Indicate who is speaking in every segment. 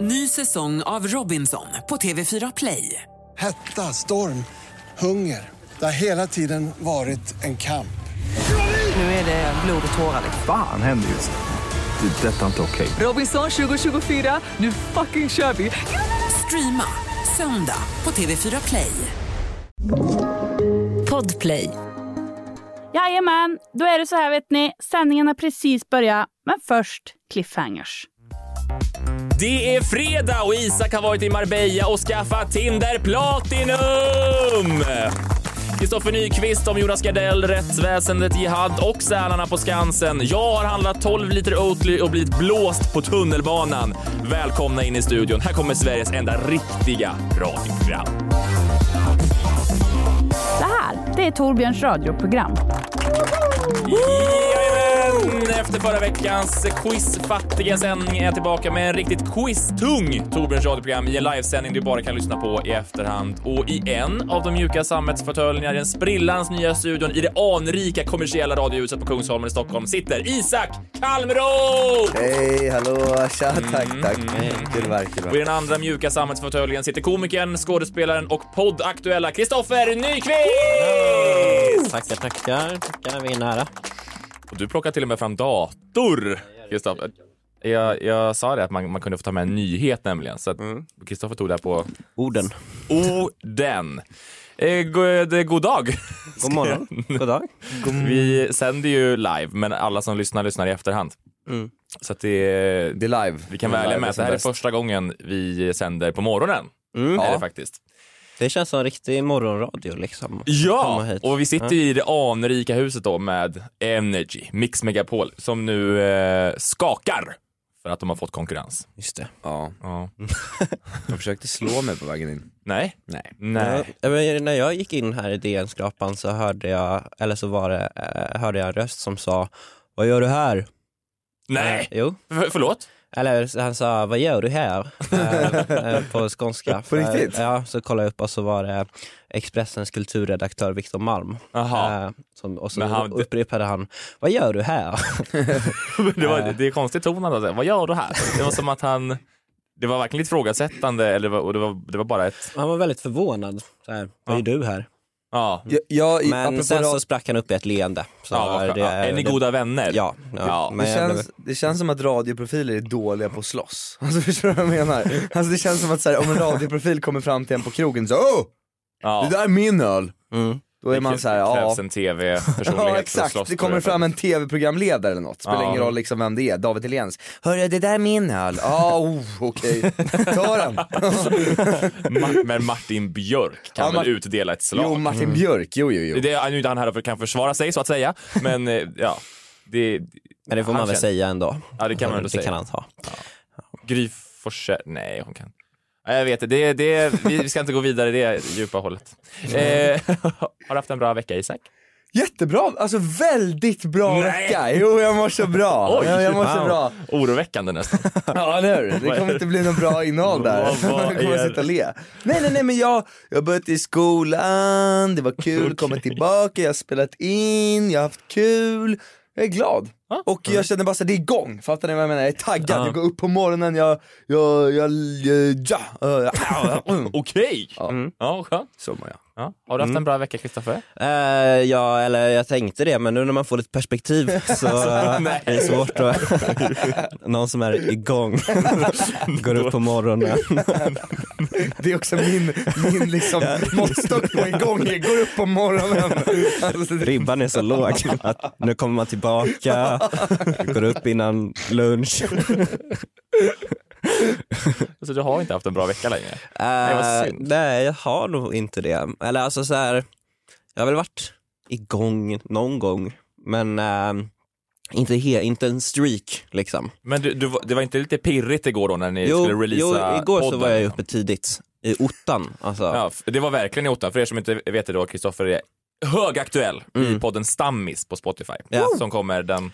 Speaker 1: Ny säsong av Robinson på TV4 Play.
Speaker 2: Hetta, storm, hunger. Det har hela tiden varit en kamp.
Speaker 1: Nu är det blod och tårar.
Speaker 3: Fan händer just nu. Det. är Detta är inte okej.
Speaker 1: Robinson 2024, nu fucking kör vi! Streama söndag på TV4 Play.
Speaker 4: Podplay.
Speaker 5: Jajamän, då är det så här vet ni. Sändningen har precis börjat, men först cliffhangers.
Speaker 6: Det är fredag och Isak har varit i Marbella och skaffat Tinder Platinum! Kristoffer Nyqvist om Jonas Gardell, rättsväsendet, Jihad och Sälarna på Skansen. Jag har handlat 12 liter Oatly och blivit blåst på tunnelbanan. Välkomna in i studion. Här kommer Sveriges enda riktiga radioprogram.
Speaker 5: Det här, det är Torbjörns radioprogram.
Speaker 6: Jajamän! Efter förra veckans quizfattiga sändning är jag tillbaka med en riktigt quiztung Torbjörns radioprogram i en livesändning du bara kan lyssna på i efterhand. Och i en av de mjuka sammetsfåtöljerna i den sprillans nya studion i det anrika kommersiella radiohuset på Kungsholmen i Stockholm sitter Isak Kalmroth!
Speaker 7: Hej, hallå, tja, tack, tack. Kul verk, kul
Speaker 6: Och i
Speaker 7: verk.
Speaker 6: den andra mjuka sammetsfåtöljen sitter komikern, skådespelaren och poddaktuella Kristoffer Nyqvist!
Speaker 8: Tackar, tackar. Tackar, vi är nära.
Speaker 6: Och du plockar till och med fram dator, Kristoffer. Jag, jag sa det att man, man kunde få ta med en nyhet nämligen, så att
Speaker 7: Mm.
Speaker 6: Kristoffer tog det här på
Speaker 8: Orden.
Speaker 6: orden. Eh, go, det, god dag!
Speaker 8: God morgon. God dag.
Speaker 6: Vi sänder ju live, men alla som lyssnar lyssnar i efterhand. Så att det,
Speaker 7: Mm. Det är live.
Speaker 6: vi kan
Speaker 7: Det är
Speaker 6: vara ärliga
Speaker 7: live
Speaker 6: med att det
Speaker 7: som
Speaker 6: här är
Speaker 7: bäst. Mm.
Speaker 6: första gången vi sänder på morgonen. Är det
Speaker 7: Ja.
Speaker 6: faktiskt.
Speaker 8: Det känns som riktig morgonradio liksom.
Speaker 6: Ja,
Speaker 8: Komma hit.
Speaker 6: och vi sitter ju i det anrika huset då med Energy, Mix Megapol, som nu eh, skakar för att de har fått konkurrens.
Speaker 8: Just det.
Speaker 7: Ja,
Speaker 6: Ja.
Speaker 7: de försökte slå mig på vägen in.
Speaker 6: Nej.
Speaker 7: Nej.
Speaker 6: Nej.
Speaker 8: Ja, men när jag gick in här i DN-skrapan så hörde jag, eller så var det, eh, hörde jag en röst som sa Vad gör du här? Eh,
Speaker 6: Nej.
Speaker 8: jo.
Speaker 6: För, förlåt?
Speaker 8: Eller så han sa, vad gör du här? Eh, eh, på skånska.
Speaker 7: På riktigt?
Speaker 8: Eh, ja, så kollade jag upp och så var det Expressens kulturredaktör Viktor Malm.
Speaker 6: Jaha.
Speaker 8: Eh, som, och så
Speaker 6: Men han-
Speaker 8: upprepade han, vad gör du här?
Speaker 6: Det, var, det är konstigt ton han hade. Vad gör du här? Det var som att han... Det var verkligen ifrågasättande eller, var- och det var, det var bara ett...
Speaker 8: Han var väldigt förvånad. Så här, vad gör du här?
Speaker 6: Ja.
Speaker 7: Jag, jag, apropå
Speaker 8: Men sen
Speaker 7: radio-
Speaker 8: så sprack han upp i ett leende. Så
Speaker 6: ja, vad skönt. ja. Är ni goda vänner?
Speaker 8: Ja. ja,
Speaker 6: Ja.
Speaker 8: men
Speaker 7: det,
Speaker 8: jag
Speaker 7: känns, det känns som att radioprofiler är dåliga på att slåss. Alltså förstår du vad jag menar? Alltså det känns som att så här, om en radioprofil kommer fram till en på krogen så åh,
Speaker 6: Ja.
Speaker 7: det där är min öl.
Speaker 8: blev, mm.
Speaker 7: Då är man så här,
Speaker 6: Det
Speaker 7: ja.
Speaker 6: krävs en tv-personlighet
Speaker 7: Ja
Speaker 6: för att slåss
Speaker 7: exakt, det
Speaker 6: för
Speaker 7: kommer fram en tv-programledare eller något, spelar
Speaker 6: Ja.
Speaker 7: ingen roll liksom vem det är, David Hellenius. Hörru det där är min öl, ja oh, okej, ta den.
Speaker 6: Ma- Men Martin Björk kan
Speaker 7: Ja,
Speaker 6: väl
Speaker 7: Mar-
Speaker 6: utdela ett slag?
Speaker 7: Jo Martin Björk, jo jo jo.
Speaker 6: Det är nu är inte han här för att kan försvara sig så att säga, men eh, ja. Det,
Speaker 8: Men det får
Speaker 6: han
Speaker 8: man väl
Speaker 6: känner-
Speaker 8: säga ändå.
Speaker 6: Ja, det kan man ändå
Speaker 8: det
Speaker 6: säga.
Speaker 8: Kan han ta.
Speaker 6: Gry Forssell, nej hon kan. Nej, Jag vet inte, det, det, vi vi ska inte gå vidare i det djupa hållet. Eh, har du haft en bra vecka Isak?
Speaker 7: Jättebra, alltså väldigt bra
Speaker 6: Nej.
Speaker 7: vecka. Jo jag mår så bra.
Speaker 6: Oj,
Speaker 7: jag, jag mår så
Speaker 6: wow.
Speaker 7: bra.
Speaker 6: Oroväckande nästan.
Speaker 7: Ja eller hur?
Speaker 6: Vad
Speaker 7: Det
Speaker 6: är
Speaker 7: kommer
Speaker 6: det?
Speaker 7: inte bli något bra innehåll där.
Speaker 6: Vad- vad
Speaker 7: Jag kommer
Speaker 6: är
Speaker 7: sitta och le. Nej nej nej men jag, jag har börjat i skolan, det var kul, kommit tillbaka, jag har spelat in, jag har haft kul. Jag är glad. Och jag känner bara att det är igång, fattar ni vad jag menar? Jag är taggad, jag går upp på morgonen, jag, jag, jag, jag ja, ja, ja, ja.
Speaker 6: Okej!
Speaker 7: Ja.
Speaker 6: Mm. Ja, skönt.
Speaker 7: Så mår jag.
Speaker 6: Ja. Har
Speaker 8: Mm.
Speaker 6: du haft en bra vecka Kristoffer?
Speaker 8: Eh, ja, eller jag tänkte det, men nu när man får lite perspektiv så eh,
Speaker 6: nej.
Speaker 8: är det svårt att... Någon som är igång, går upp på morgonen.
Speaker 7: Det är också min, min liksom måttstock på igång, jag går upp på morgonen. Alltså, det-
Speaker 8: Ribban är så låg att nu kommer man tillbaka, går upp innan lunch.
Speaker 6: Alltså, du har inte haft en bra vecka längre?
Speaker 8: Nej,
Speaker 6: vad synd.
Speaker 8: Eh, nej, jag har nog inte det. Eller alltså så här, jag har väl varit igång någon gång, men eh, inte, he, inte en streak liksom.
Speaker 6: Men du, du, var- det var inte lite pirrigt igår då när ni
Speaker 8: Jo,
Speaker 6: skulle
Speaker 8: jo,
Speaker 6: releasa
Speaker 8: igår så
Speaker 6: podden,
Speaker 8: var jag
Speaker 6: liksom?
Speaker 8: uppe tidigt i ottan. Alltså.
Speaker 6: Ja, f- det var verkligen i ottan. För er som inte vet det då, Kristoffer är högaktuell i podden Stammis på Spotify.
Speaker 8: Mm. Ja.
Speaker 6: Som kommer den,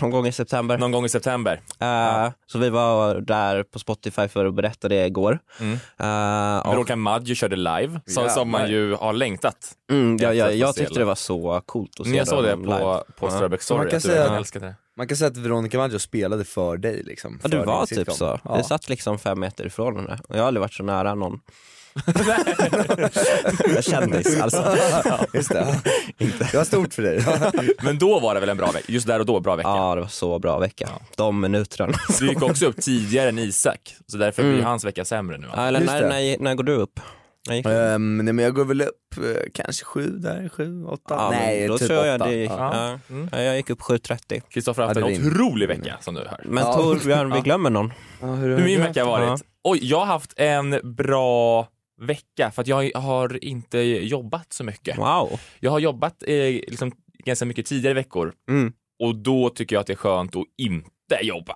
Speaker 8: Någon gång i september.
Speaker 6: någon gång i september.
Speaker 8: Eh, Så vi var där på Spotify för att berätta det igår. Mm. och,
Speaker 6: Veronica Maggio körde live, som, som man ju har längtat.
Speaker 8: mm, jag,
Speaker 6: efter att
Speaker 8: jag,
Speaker 6: få
Speaker 8: jag
Speaker 6: se Mm,
Speaker 8: tyckte det var så coolt att se
Speaker 6: Jag såg det
Speaker 8: dem live.
Speaker 6: på, på Ströbeck
Speaker 7: Så man
Speaker 6: Story,
Speaker 7: kan
Speaker 6: att du
Speaker 7: säga-
Speaker 6: verkligen älskade det.
Speaker 7: Man kan säga att Veronica Maggio spelade för dig liksom.
Speaker 8: Ja,
Speaker 7: för
Speaker 8: du
Speaker 7: din
Speaker 8: var
Speaker 7: sitcom.
Speaker 8: typ så.
Speaker 7: Ja.
Speaker 8: Du satt liksom fem meter ifrån henne. Och Jag har aldrig varit så nära någon. jag kändis alltså.
Speaker 7: Just det. Det var stort för dig.
Speaker 6: Men då var det väl en bra vecka? Just där och då, bra vecka.
Speaker 8: Ja, det var så bra vecka. De minuterna.
Speaker 6: Du gick också upp tidigare än Isak, så därför blir hans vecka sämre nu.
Speaker 8: Mm. Ja, eller
Speaker 7: Just det.
Speaker 8: när, när, när går du upp? När gick du?
Speaker 7: Ehm, nej men jag går väl upp eh, kanske sju där, sju, åtta.
Speaker 8: Ja, men
Speaker 7: nej,
Speaker 8: då
Speaker 7: typ
Speaker 8: tror jag
Speaker 7: åtta.
Speaker 8: det gick,
Speaker 7: Ja.
Speaker 8: ja. Ja, Jag gick upp 7.30.
Speaker 6: Kristoffer har haft
Speaker 7: Ja, det
Speaker 6: en
Speaker 7: är
Speaker 6: otrolig vecka som du hör.
Speaker 8: Men Torbjörn, vi glömmer någon.
Speaker 6: Hur min vecka har varit? Oj, jag har haft en bra vecka för att jag har inte jobbat så mycket.
Speaker 8: Wow.
Speaker 6: Jag har jobbat eh, liksom, ganska mycket tidigare veckor
Speaker 8: Mm.
Speaker 6: och då tycker jag att det är skönt att inte jobba.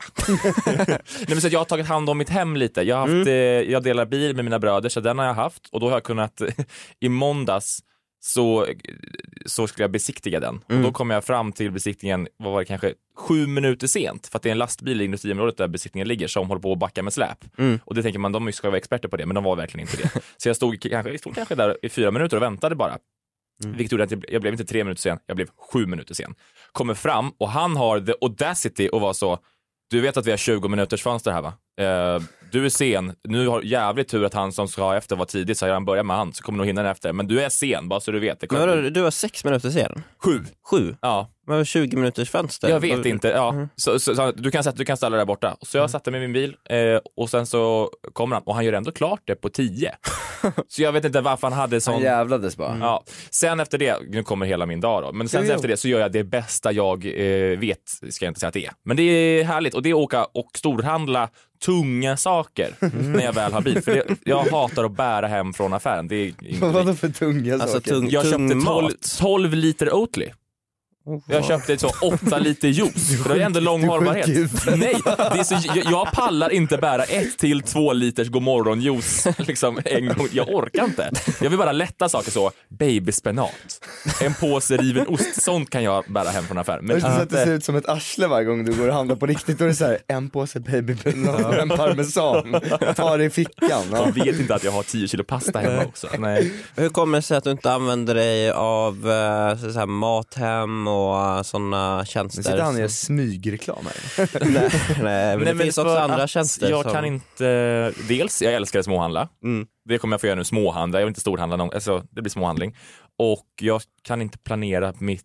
Speaker 6: Nej, men så att jag har tagit hand om mitt hem lite. Jag, har haft, eh, jag delar bil med mina bröder så den har jag haft och då har jag kunnat i måndags så, så skulle jag besiktiga den och
Speaker 8: Mm.
Speaker 6: då kom jag fram till besiktningen, vad var det kanske, sju minuter sent för att det är en lastbil i industriområdet där besiktningen ligger som håller på att backa med släp
Speaker 8: Mm.
Speaker 6: och det tänker man, de ska vara experter på det men de var verkligen inte det. Så jag stod kanske, jag stod kanske där i fyra minuter och väntade bara
Speaker 8: Mm.
Speaker 6: Vilket gjorde att jag- jag blev inte tre minuter sen, jag blev sju minuter sen. Kommer fram och han har the audacity att vara så, du vet att vi har 20 minuters fönster här va? Eh, du är sen, nu har jävligt tur att han som ska efter var tidigt så jag redan börjat med han så kommer nog hinna den efter. Men du är sen bara så du vet. Det
Speaker 8: Men
Speaker 6: kommer
Speaker 8: vadå,
Speaker 6: bli-
Speaker 8: du var sex minuter sen?
Speaker 6: Sju.
Speaker 8: Sju?
Speaker 6: Ja,
Speaker 8: Men 20 minuters fönster?
Speaker 6: jag vet inte. Ja.
Speaker 7: Mm.
Speaker 6: Så, så, så, du, kan sätta, du kan ställa dig där borta. Så jag satte mig i min bil eh, och sen så kommer han och han gör ändå klart det på tio. så jag vet inte varför han hade
Speaker 7: Han
Speaker 6: sån...
Speaker 7: jävlades
Speaker 8: Mm.
Speaker 7: bara.
Speaker 6: Ja. Sen efter det, nu kommer hela min dag då, men sen
Speaker 7: Jo, jo.
Speaker 6: efter det så gör jag det bästa jag eh, vet, ska jag inte säga att det är. Men det är härligt och det är att åka och storhandla tunga saker när jag väl har bil. För det, jag hatar att bära hem från affären. Det är inte
Speaker 7: Vadå för tunga
Speaker 8: Alltså
Speaker 7: saker?
Speaker 8: tung,
Speaker 6: jag
Speaker 8: tung
Speaker 6: köpte 12,
Speaker 8: mat.
Speaker 6: 12 liter Oatly. Jag köpte så 8 liter juice, för det är ändå lång
Speaker 7: du är sjuk
Speaker 6: hållbarhet.
Speaker 7: i
Speaker 6: Nej, det är så, jag, jag pallar inte bära ett till två liters godmorgonjuice liksom, en gång. Jag orkar inte. Jag vill bara lätta saker så, babyspenat, en påse riven ost, sånt kan jag bära hem från affären. Men
Speaker 7: Först så att det
Speaker 6: inte,
Speaker 7: ser ut som ett arsle varje gång du går och handlar på riktigt, då är det såhär en påse babypenat och en parmesan, ta det i fickan. Ja.
Speaker 6: de vet inte att jag har 10 kilo pasta hemma också. Nej.
Speaker 8: Hur kommer det sig att du inte använder dig av eh, så så här, Mathem och sådana tjänster?
Speaker 7: Nu sitter han och gör
Speaker 8: som-
Speaker 7: smygreklam här.
Speaker 8: Nej, men
Speaker 6: Nej,
Speaker 8: det
Speaker 6: men
Speaker 8: finns
Speaker 6: för
Speaker 8: också andra
Speaker 6: att
Speaker 8: tjänster.
Speaker 6: Jag
Speaker 8: som...
Speaker 6: kan inte, dels, jag älskar att småhandla.
Speaker 8: Mm.
Speaker 6: Det kommer jag få göra nu, småhandla. Jag vill inte storhandla någon, alltså det blir småhandling. Och jag kan inte planera mitt,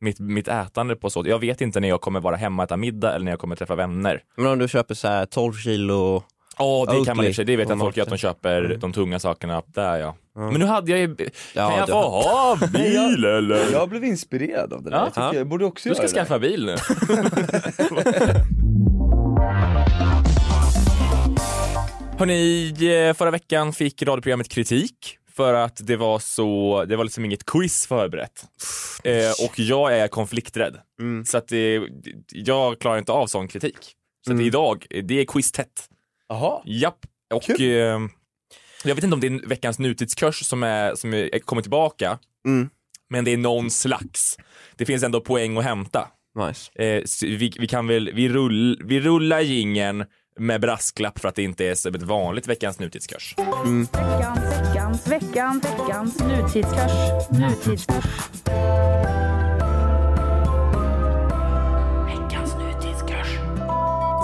Speaker 6: mitt, mitt ätande på så. Jag vet inte när jag kommer vara hemma och äta middag eller när jag kommer träffa vänner.
Speaker 8: Men om du köper så här 12 kilo
Speaker 6: Ja, det kan man i och
Speaker 8: Oatly.
Speaker 6: för sig. Det vet jag
Speaker 8: Och
Speaker 6: att folk gör, att de köper de tunga sakerna. Där ja. Men nu hade jag ju, kan
Speaker 8: Mm. Ja,
Speaker 6: jag
Speaker 8: du
Speaker 6: få
Speaker 8: har-
Speaker 6: ha bil eller?
Speaker 7: Jag blev inspirerad av det där,
Speaker 6: Ja.
Speaker 7: jag tycker jag borde också
Speaker 6: Du
Speaker 7: göra
Speaker 6: ska
Speaker 7: det.
Speaker 6: skaffa bil nu. Hörrni, eh, förra veckan fick radioprogrammet kritik för att det var så, det var liksom inget quiz förberett. Eh, och jag är konflikträdd.
Speaker 7: Mm.
Speaker 6: Så att det, jag klarar inte av sån kritik. Så
Speaker 7: Mm.
Speaker 6: att idag, eh, det är quiztätt.
Speaker 7: Jaha.
Speaker 6: Japp. Och
Speaker 7: Kul.
Speaker 6: eh, jag vet inte om det är veckans nutidskurs som, är, som är, kommer tillbaka.
Speaker 8: Mm.
Speaker 6: Men det är någon slags. Det finns ändå poäng att hämta.
Speaker 8: Nice.
Speaker 6: Eh, s- vi, vi kan väl, vi, rull, vi rullar gingen med brasklapp för att det inte är som ett vanligt veckans nutidskurs.
Speaker 5: Veckans, veckans, veckans nutidskurs. Nutidskurs. Veckans nutidskurs.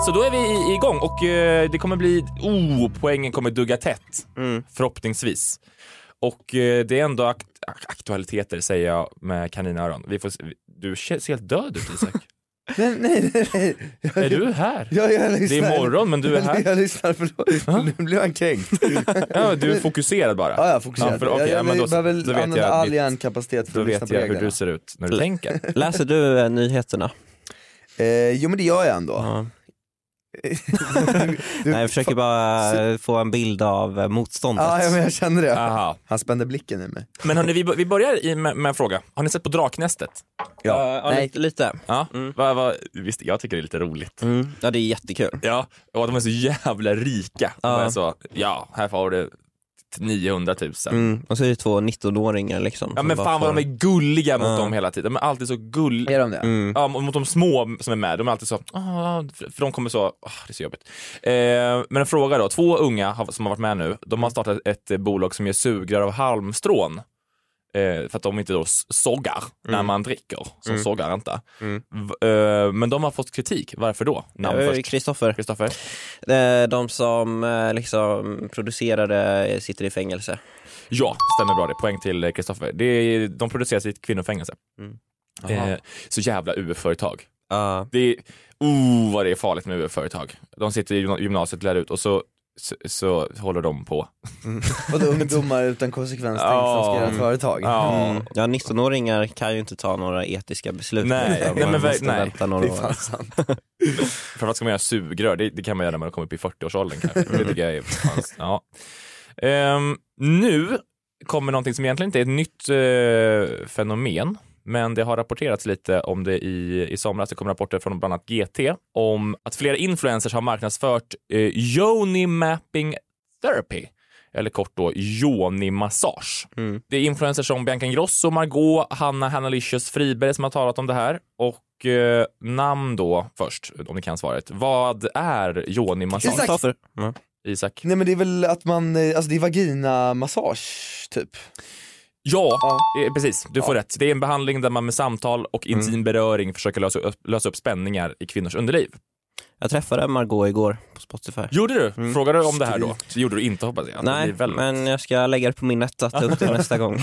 Speaker 6: Så då är vi i- igång och eh, det kommer bli, oh, poängen kommer dugga tätt.
Speaker 7: Mm.
Speaker 6: Förhoppningsvis. Och eh, det är ändå akt, ak- aktualiteter säger jag med kaninöron. Vi får, se- du ser ser helt död ut Isak.
Speaker 7: Nej, nej, nej, nej.
Speaker 6: är du här?
Speaker 7: Jag, jag
Speaker 6: Det
Speaker 7: lyssnar.
Speaker 6: är morgon men du är här.
Speaker 7: Jag lyssnar, förlåt. Nu blev han kränkt.
Speaker 6: Ja, du är fokuserad bara.
Speaker 7: Ja, jag fokuserar.
Speaker 6: Ja, för-
Speaker 7: Jag-
Speaker 6: okej, ja,
Speaker 7: jag
Speaker 6: men då så-
Speaker 7: behöver
Speaker 6: då vet
Speaker 7: använda
Speaker 6: jag
Speaker 7: all
Speaker 6: mitt-
Speaker 7: hjärnkapacitet för
Speaker 6: Då
Speaker 7: att lyssna
Speaker 6: vet
Speaker 7: på
Speaker 6: jag hur
Speaker 7: reglerna.
Speaker 6: du ser ut när du tänker.
Speaker 8: Läser du eh, nyheterna?
Speaker 7: Eh, jo men det gör jag ändå.
Speaker 8: Ja.
Speaker 7: Du- du-
Speaker 8: Nej, jag försöker bara eh, få en bild av eh, motståndet.
Speaker 7: Ja, ja, men jag känner det.
Speaker 6: Aha.
Speaker 7: Han spände blicken i mig.
Speaker 6: Men hörni, vi, bör- vi börjar i, med, med en fråga. Har ni sett på Draknästet?
Speaker 8: Ja, ja, lite. lite.
Speaker 6: Ja, Mm. va, va, visst, jag tycker det är lite roligt.
Speaker 8: Mm. Ja, det är jättekul.
Speaker 6: Ja, och att de är så jävla rika. De är så, ja, här får du 900 000.
Speaker 8: Mm. Och så är det två 19-åringar liksom.
Speaker 6: Ja
Speaker 8: som
Speaker 6: men
Speaker 8: bara
Speaker 6: fan vad
Speaker 8: får-
Speaker 6: de är gulliga mot
Speaker 8: Ja.
Speaker 6: dem hela tiden. De är alltid så gulliga.
Speaker 7: Är de det?
Speaker 8: Mm,
Speaker 6: Mm. Ja, mot de små som är med. De är alltid så, "Ah", för de kommer så, "Ah, det är så jobbigt. Eh, men en fråga då, två unga har, som har varit med nu, de har startat ett eh, bolag som gör sugrör av halmstrån. eh, för att de inte då s- sågar när man dricker, som sågar inte.
Speaker 8: Mm.
Speaker 6: V- eh, men de har fått kritik, varför då? Namn
Speaker 8: Eh,
Speaker 6: först.
Speaker 8: Kristoffer.
Speaker 6: Kristoffer?
Speaker 8: Eh, De som eh, liksom producerade eh, sitter i fängelse.
Speaker 6: Ja, stämmer bra det. Poäng till eh, Kristoffer. Det är- De produceras i ett kvinnofängelse.
Speaker 8: Mm.
Speaker 6: Eh, så jävla UF-företag.
Speaker 8: Ja.
Speaker 6: Det är, oh vad det är farligt med UF-företag. De sitter i gymna- gymnasiet, lär ut och så, så, så håller de på.
Speaker 7: Vadå ungdomar utan konsekvens tänk som
Speaker 6: Ja.
Speaker 7: ska göra ett företag?
Speaker 6: Ja.
Speaker 7: Mm.
Speaker 8: Ja, 19-åringar kan ju inte ta några etiska beslut.
Speaker 6: Nej,
Speaker 8: liksom.
Speaker 6: nej,
Speaker 8: Man
Speaker 6: men ver-
Speaker 8: måste
Speaker 6: nej.
Speaker 8: vänta några
Speaker 7: Det är
Speaker 8: år.
Speaker 7: fan sant.
Speaker 6: Framförallt ska man göra sugrör, det, det kan man göra när man kommer upp i 40-årsåldern kanske. Det tycker jag är fanns- ja. Ehm, nu kommer någonting som egentligen inte är ett nytt eh, fenomen, men det har rapporterats lite om det i, i somras. Det kom rapporter från bland annat GT om att flera influencers har marknadsfört eh, Yoni Mapping Therapy, eller kort då Yoni Massage. Det är influencers som Bianca Ingrosso, Margot, Hanna Hannalicious Friberg som har talat om det här. Och eh, namn då först, om ni kan svaret. Vad är Yoni massage?
Speaker 7: Isak.
Speaker 8: Kristoffer. Ja.
Speaker 6: Isak.
Speaker 7: Nej men det är väl att man, eh, alltså det är vaginamassage typ.
Speaker 6: Ja,
Speaker 7: Ja.
Speaker 6: eh, precis. Du får rätt. Det är en behandling där man med samtal och intim beröring försöker lösa upp, lösa upp spänningar i kvinnors underliv.
Speaker 8: Jag träffade Margot igår på Spotify.
Speaker 6: Gjorde du? Frågade du om det här då? Så gjorde du inte hoppas jag. Det
Speaker 8: Nej,
Speaker 6: blir väl-
Speaker 8: men jag ska lägga det på minnet att ta upp det nästa gång.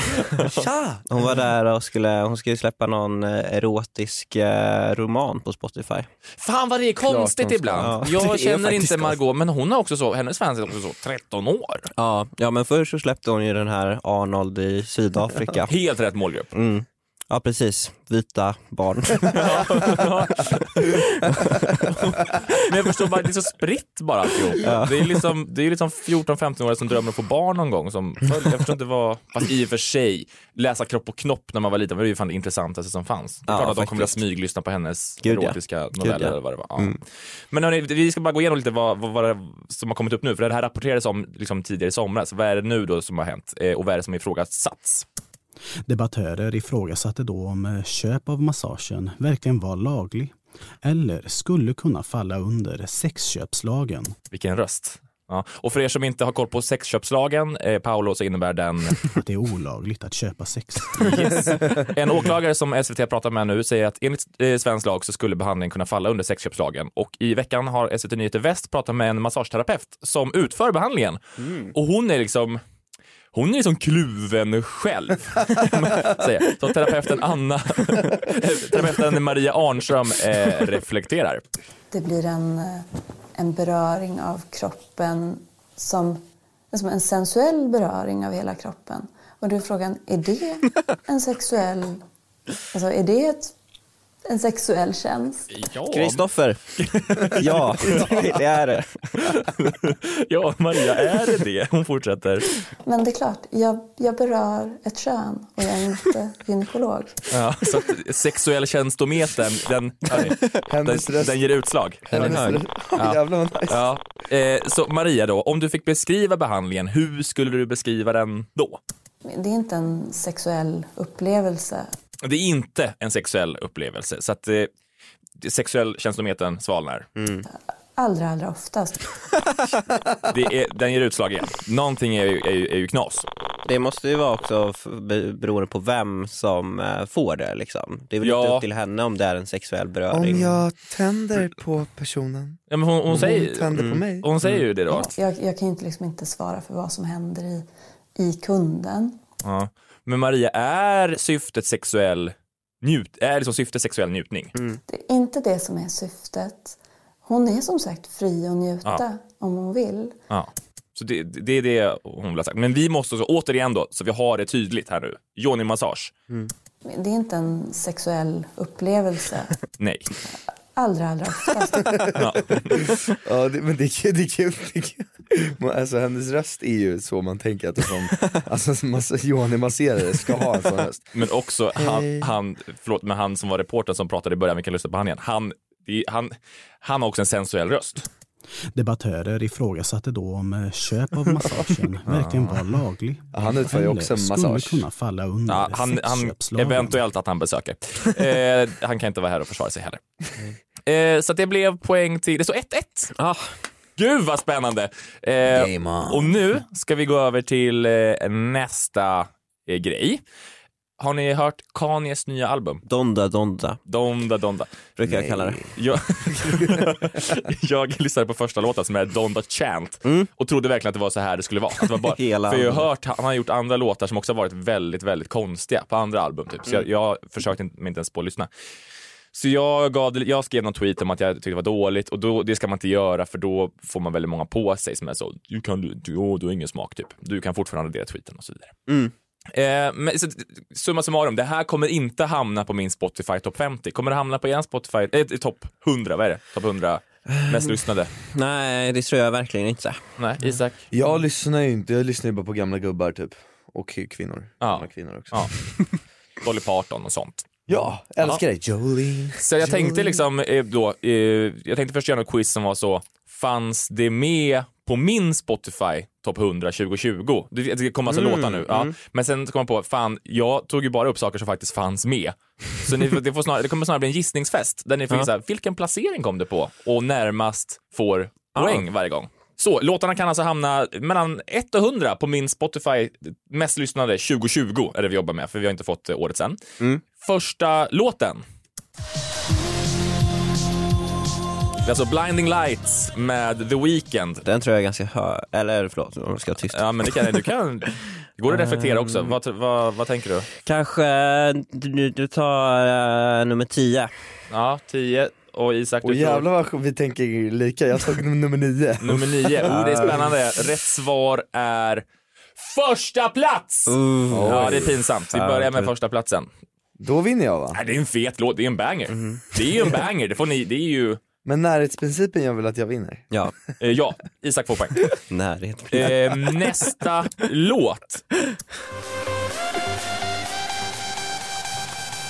Speaker 7: Tja!
Speaker 8: Hon var där och skulle, hon skulle släppa någon eh, erotisk eh, roman på Spotify.
Speaker 6: Fan vad det är konstigt
Speaker 7: de ska-
Speaker 6: ibland.
Speaker 8: Ja. Det är
Speaker 6: Jag känner
Speaker 8: faktiskt
Speaker 6: inte Margot, men hon har också så, hennes fans är också så 13 år.
Speaker 8: Ja, ja men först så släppte hon ju den här Arnold i Sydafrika.
Speaker 6: Helt rätt målgrupp.
Speaker 8: Mm. Ja precis, vita barn.
Speaker 6: Men jag förstår bara, det är så spritt bara alltihop. Det är liksom, det är liksom 14-15-åringar som drömmer om att få barn någon gång. Som, jag förstår inte vad... Fast i och för sig, läsa Kropp och knopp när man var liten var det ju fan det intressantaste som fanns. Det är
Speaker 8: Ja,
Speaker 6: klart att de kommer att
Speaker 8: faktiskt.
Speaker 6: smyglyssna på hennes
Speaker 8: Gud, ja.
Speaker 6: erotiska noveller
Speaker 8: Gud, ja. Mm.
Speaker 6: eller vad det var. Ja. Men hörni, vi ska bara gå igenom lite vad, vad, vad det- som har kommit upp nu. För det här rapporterades om liksom, tidigare i somras. Vad är det nu då som har hänt? Eh, och vad är det som ifrågasatts?
Speaker 4: Debattörer ifrågasatte då om eh, köp av massagen verkligen var laglig eller skulle kunna falla under sexköpslagen.
Speaker 6: Vilken röst. Ja. Och för er som inte har koll på sexköpslagen, eh, Paolo, så innebär den
Speaker 4: Att det är olagligt att köpa sex.
Speaker 6: En åklagare som SVT pratar med nu säger att enligt eh, svensk lag så skulle behandlingen kunna falla under sexköpslagen. Och i veckan har SVT Nyheter Väst pratat med en massageterapeut som utför behandlingen. Och hon är liksom hon är liksom kluven själv. säger. Så terapeuten Anna, terapeuten Maria Arnström eh, reflekterar.
Speaker 9: Det blir en, eh, en beröring av kroppen som, som en sensuell beröring av hela kroppen. Och då är frågan, är det en sexuell... Alltså är det ett, en sexuell tjänst?
Speaker 6: Ja,
Speaker 8: Kristoffer! Ja, det är det.
Speaker 6: ja, Maria, är det det? Hon fortsätter.
Speaker 9: Men det är klart, jag, jag berör ett kön och jag är inte gynekolog.
Speaker 6: Ja, så att sexuell tjänstometern, den, hörni,
Speaker 7: Hennes
Speaker 6: den,
Speaker 7: röst.
Speaker 6: den ger utslag. Den är hög. Ja.
Speaker 7: Jävlar vad nice.
Speaker 6: Ja. Eh, så Maria då, om du fick beskriva behandlingen, hur skulle du beskriva den då?
Speaker 9: Det är inte en sexuell upplevelse.
Speaker 6: Det är inte en sexuell upplevelse, så att eh, sexuell känslometern svalnar.
Speaker 7: Mm.
Speaker 9: Allra, allra oftast.
Speaker 6: Det är, den ger utslag igen. Någonting är ju, är ju, är ju knas.
Speaker 8: Det måste ju vara också f- be- beroende på vem som eh, får det liksom. Det är väl inte
Speaker 6: Ja.
Speaker 8: upp till henne om det är en sexuell beröring.
Speaker 7: Om jag tänder på personen,
Speaker 6: Ja, men hon, hon,
Speaker 7: hon
Speaker 6: säger, Mm.
Speaker 7: tänder på mig.
Speaker 6: hon säger ju det då.
Speaker 9: Jag, jag kan ju inte, liksom inte svara för vad som händer i, i kunden.
Speaker 6: Ja. Men Maria, är syftet sexuell njut, är liksom syftet sexuell njutning?
Speaker 7: Mm.
Speaker 9: Det är inte det som är syftet. Hon är som sagt fri att njuta om hon vill.
Speaker 6: Ja. Så det, det är det hon vill ha sagt. Men vi måste också, återigen då, så vi har det tydligt här nu. Johnny massage?
Speaker 9: Det är inte en sexuell upplevelse.
Speaker 6: Nej.
Speaker 9: Allra, allra oftast.
Speaker 7: Ja, det, men det är kul, det är kul, det är kul. Men Alltså hennes röst är ju så man tänker att en sån, alltså massa Johnny-masserare ska ha en sån röst.
Speaker 6: Men också han, han, förlåt, men han som var reportern som pratade i början, vi kan lyssna på han igen. Han, det är- han, han har också en sensuell röst.
Speaker 4: Debattörer ifrågasatte då om eh, köp av massagen verkligen var laglig
Speaker 7: Han utför ju
Speaker 4: eller
Speaker 7: också en
Speaker 4: skulle
Speaker 7: massage.
Speaker 4: kunna falla under
Speaker 6: Ja, han, han,
Speaker 4: sexköpslagen.
Speaker 6: eventuellt att han besöker. Eh, han kan inte vara här och försvara sig heller. Eh, så att det blev poäng till, det står 1-1.
Speaker 8: Ah.
Speaker 6: Gud vad spännande! Eh,
Speaker 7: Game on.
Speaker 6: och nu ska vi gå över till eh, nästa eh, grej. Har ni hört Kanyes nya album?
Speaker 8: Donda, donda,
Speaker 6: Donda Donda.
Speaker 8: brukar jag kalla det.
Speaker 6: Jag, jag lyssnade på första låten som är Donda Chant och trodde verkligen att det var så här det skulle vara. Att det var bara,
Speaker 8: Mm. Hela
Speaker 6: för jag har
Speaker 8: albumet.
Speaker 6: hört, han har gjort andra låtar som också har varit väldigt, väldigt konstiga på andra album. Typ. Så
Speaker 8: Mm.
Speaker 6: jag, jag försökte inte- mig inte ens på att lyssna. Så jag, gav, det- jag skrev någon tweet om att jag tyckte det var dåligt och då, det ska man inte göra för då får man väldigt många på sig som är så, du, kan, du, åh, du har ingen smak typ. Du kan fortfarande radera tweeten och så vidare. Eh, men, så, summa summarum, det här kommer inte hamna på min Spotify topp 50. Kommer det hamna på er Spotify, eh, topp 100, vad är det? Topp 100 mest lyssnade?
Speaker 8: Nej, det tror jag verkligen inte.
Speaker 6: Eh. Nej, Isak?
Speaker 7: Jag lyssnar ju inte, jag lyssnar ju bara på gamla gubbar typ. Och kvinnor.
Speaker 6: Ja.
Speaker 7: Gamla kvinnor också.
Speaker 6: Ja. Dolly Parton och sånt.
Speaker 7: Ja, älskar dig Jolene.
Speaker 6: Så jag tänkte liksom eh, då, eh, jag tänkte först göra något quiz som var så, fanns det med på min Spotify topp 100 2020? Det det ska komma så låtar nu. Ja. Men sen kom jag på, fan, jag tog ju bara upp saker som faktiskt fanns med. Så ni, det, får snarare, det kommer snarare bli en gissningsfest där ni får gissa, vilken placering kom det på? Och närmast får poäng varje gång. Så låtarna kan alltså hamna mellan 1 och 100 på min Spotify mest lyssnade 2020 är det vi jobbar med, för vi har inte fått eh, året än. Första låten Det är alltså Blinding Lights med The Weeknd.
Speaker 8: Den tror jag är ganska hög. Eller förlåt, om jag ska vara tyst.
Speaker 6: Ja, men det kan du kan. Det går att reflektera också. Vad, vad, vad tänker du?
Speaker 8: Kanske eh, du, du tar eh, nummer 10.
Speaker 6: Ja, 10 och Isak, du
Speaker 7: Och
Speaker 6: tror-
Speaker 7: jävlar vad skönt, vi tänker lika, jag tog num- nummer nio.
Speaker 6: nummer 9. Oh, det är spännande. Rätt svar är första plats! Ja, det är pinsamt. Vi börjar med första platsen.
Speaker 7: Då vinner jag va?
Speaker 6: Nej, det är en fet låt. Det är en banger. Det är ju en banger. Det får ni. Det är ju...
Speaker 7: Men närhetsprincipen gör väl att jag vinner?
Speaker 8: Ja,
Speaker 6: Eh, ja, Isak får poäng.
Speaker 8: närhet.
Speaker 6: Eh, nästa låt.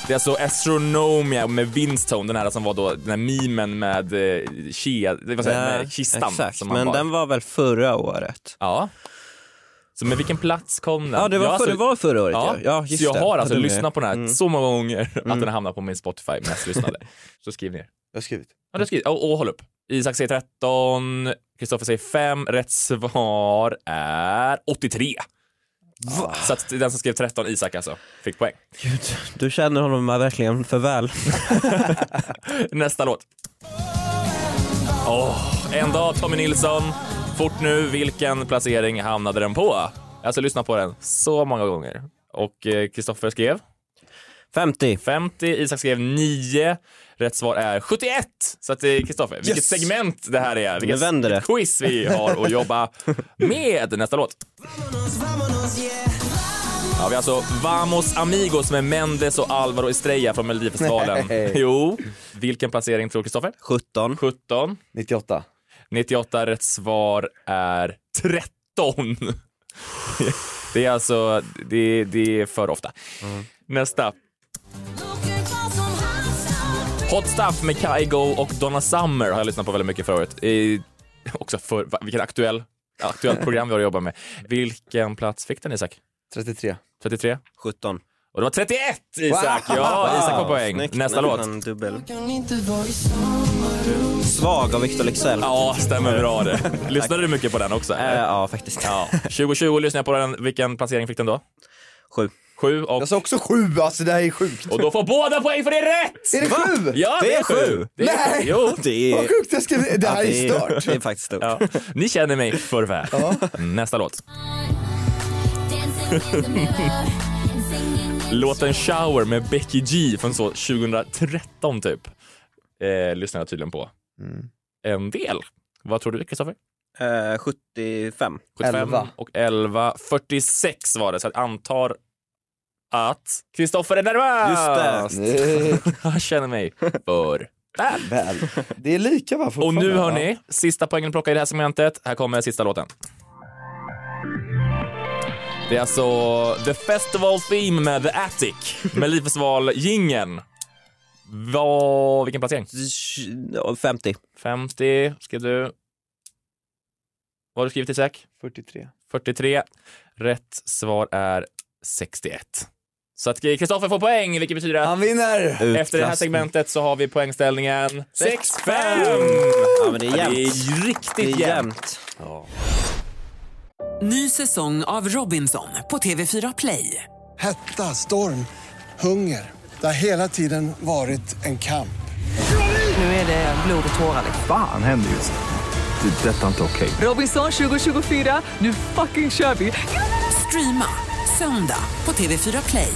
Speaker 6: Det är alltså Astronomia med Vinstone, den här som var då den här memen med, eh, ke, det vill säga,
Speaker 8: Nej,
Speaker 6: med kistan.
Speaker 8: Exakt,
Speaker 6: som han
Speaker 8: men den var väl förra året?
Speaker 6: Ja. Så med vilken plats kom den?
Speaker 8: Ja, det var,
Speaker 6: Jag har
Speaker 8: för, det
Speaker 6: alltså-
Speaker 8: var förra året
Speaker 6: Ja,
Speaker 8: ja. ja just
Speaker 6: så jag
Speaker 8: det.
Speaker 6: har alltså
Speaker 8: Ja, Mm. det är Mm.
Speaker 6: lyssnat på den här så många gånger att den hamnar på min Spotify mest lyssnade. Så skriv ner.
Speaker 7: Jag har skrivit.
Speaker 6: Ja, du har skrivit. Och, och håll upp. Isak säger 13, Kristoffer säger 5. Rätt svar är 83. Så att den som skrev 13, Isak alltså, fick poäng.
Speaker 8: Du känner honom verkligen för väl.
Speaker 6: Nästa låt. Åh, en dag Tommy Nilsson. Fort nu, vilken placering hamnade den på? Alltså lyssna på den så många gånger. Och eh, Kristoffer skrev
Speaker 8: 50.
Speaker 6: 50, Isak skrev 9. Rätt svar är 71. Så att det är Kristoffer. Vilket segment det här är. Vilket
Speaker 8: vänder det.
Speaker 6: quiz vi har att jobba med. Nästa låt. Ja, vi har alltså Vamos Amigos med Mendes och Alvaro Estrella från Melodifestivalen.
Speaker 7: Nej.
Speaker 6: Jo. Vilken placering tror Kristoffer?
Speaker 8: 17.
Speaker 6: 17.
Speaker 7: 98.
Speaker 6: 98 rätt svar är 13. Det är alltså, det, det är för ofta.
Speaker 8: Mm.
Speaker 6: Nästa. Hot Stuff med Kygo och Donna Summer har jag lyssnat på väldigt mycket förra året. Eh, också för, va, vilken aktuell, aktuellt program vi har att jobba med. Vilken plats fick den Isak?
Speaker 7: 33.
Speaker 6: 33?
Speaker 8: 17.
Speaker 6: Och det var 31 Isak! Ja, Isak får poäng.
Speaker 8: Snyggt.
Speaker 6: Nästa låt.
Speaker 8: Nästan Dubbel. Svag av Victor Leksell.
Speaker 6: Ja, stämmer bra det. Lyssnade du mycket på den också?
Speaker 8: Eh,
Speaker 6: eller?
Speaker 8: ja, faktiskt.
Speaker 6: Ja. 2020 lyssnade jag på den. Vilken placering fick den då?
Speaker 8: Sju.
Speaker 6: Sju och,
Speaker 7: Jag sa också sju, alltså det här är sjukt.
Speaker 6: och då får båda poäng för det är rätt!
Speaker 7: Är det sju?
Speaker 6: Ja, det är sju! Det är,
Speaker 7: Nej!
Speaker 6: Jo.
Speaker 8: Det
Speaker 7: Vad
Speaker 8: är,
Speaker 7: sjukt, jag skrev, det här
Speaker 8: det
Speaker 7: är
Speaker 8: är,
Speaker 7: stört.
Speaker 8: det är faktiskt stort.
Speaker 6: Ja. Ni känner mig för väl. Mm, Nästa låt. Låten Shower med Becky G från så 2013 typ. Eh, lyssnade jag tydligen på.
Speaker 7: Mm.
Speaker 6: En del. Vad tror du Kristoffer?
Speaker 8: Eh, 75.
Speaker 6: 75
Speaker 7: Elva.
Speaker 6: och 11. 46 var det, så jag antar att Kristoffer är nervös!
Speaker 8: Just
Speaker 7: Nej,
Speaker 6: Han känner mig för väl.
Speaker 7: Väl. Det är lika va?
Speaker 6: Och
Speaker 7: fortfarande,
Speaker 6: nu
Speaker 7: va?
Speaker 6: hörni, sista poängen att plocka i det här segmentet. Här kommer sista låten. Det är alltså The Festival Theme med The Attic, Melodifestival-jingeln. Vad, vilken placering?
Speaker 8: 50.
Speaker 6: 50 skrev du. Vad har du skrivit Isak?
Speaker 7: 43.
Speaker 6: 43. Rätt svar är 61. Så att Kristoffer får poäng, vilket betyder att
Speaker 7: Han vinner!
Speaker 6: efter det här segmentet så har vi poängställningen 6-5!
Speaker 8: Ja, men det är
Speaker 6: Ja, det
Speaker 8: jämnt.
Speaker 6: är riktigt
Speaker 8: Det är
Speaker 6: jämnt.
Speaker 8: jämnt.
Speaker 1: Ny säsong av Robinson på TV4 Play.
Speaker 2: hetta, storm, hunger. Det har hela tiden varit en kamp.
Speaker 1: Nu är det blod och tårar.
Speaker 3: Fan händer just nu. Det. är Detta är inte okej.
Speaker 1: Robinson 2024, nu fucking kör vi! Streama söndag på TV4 Play.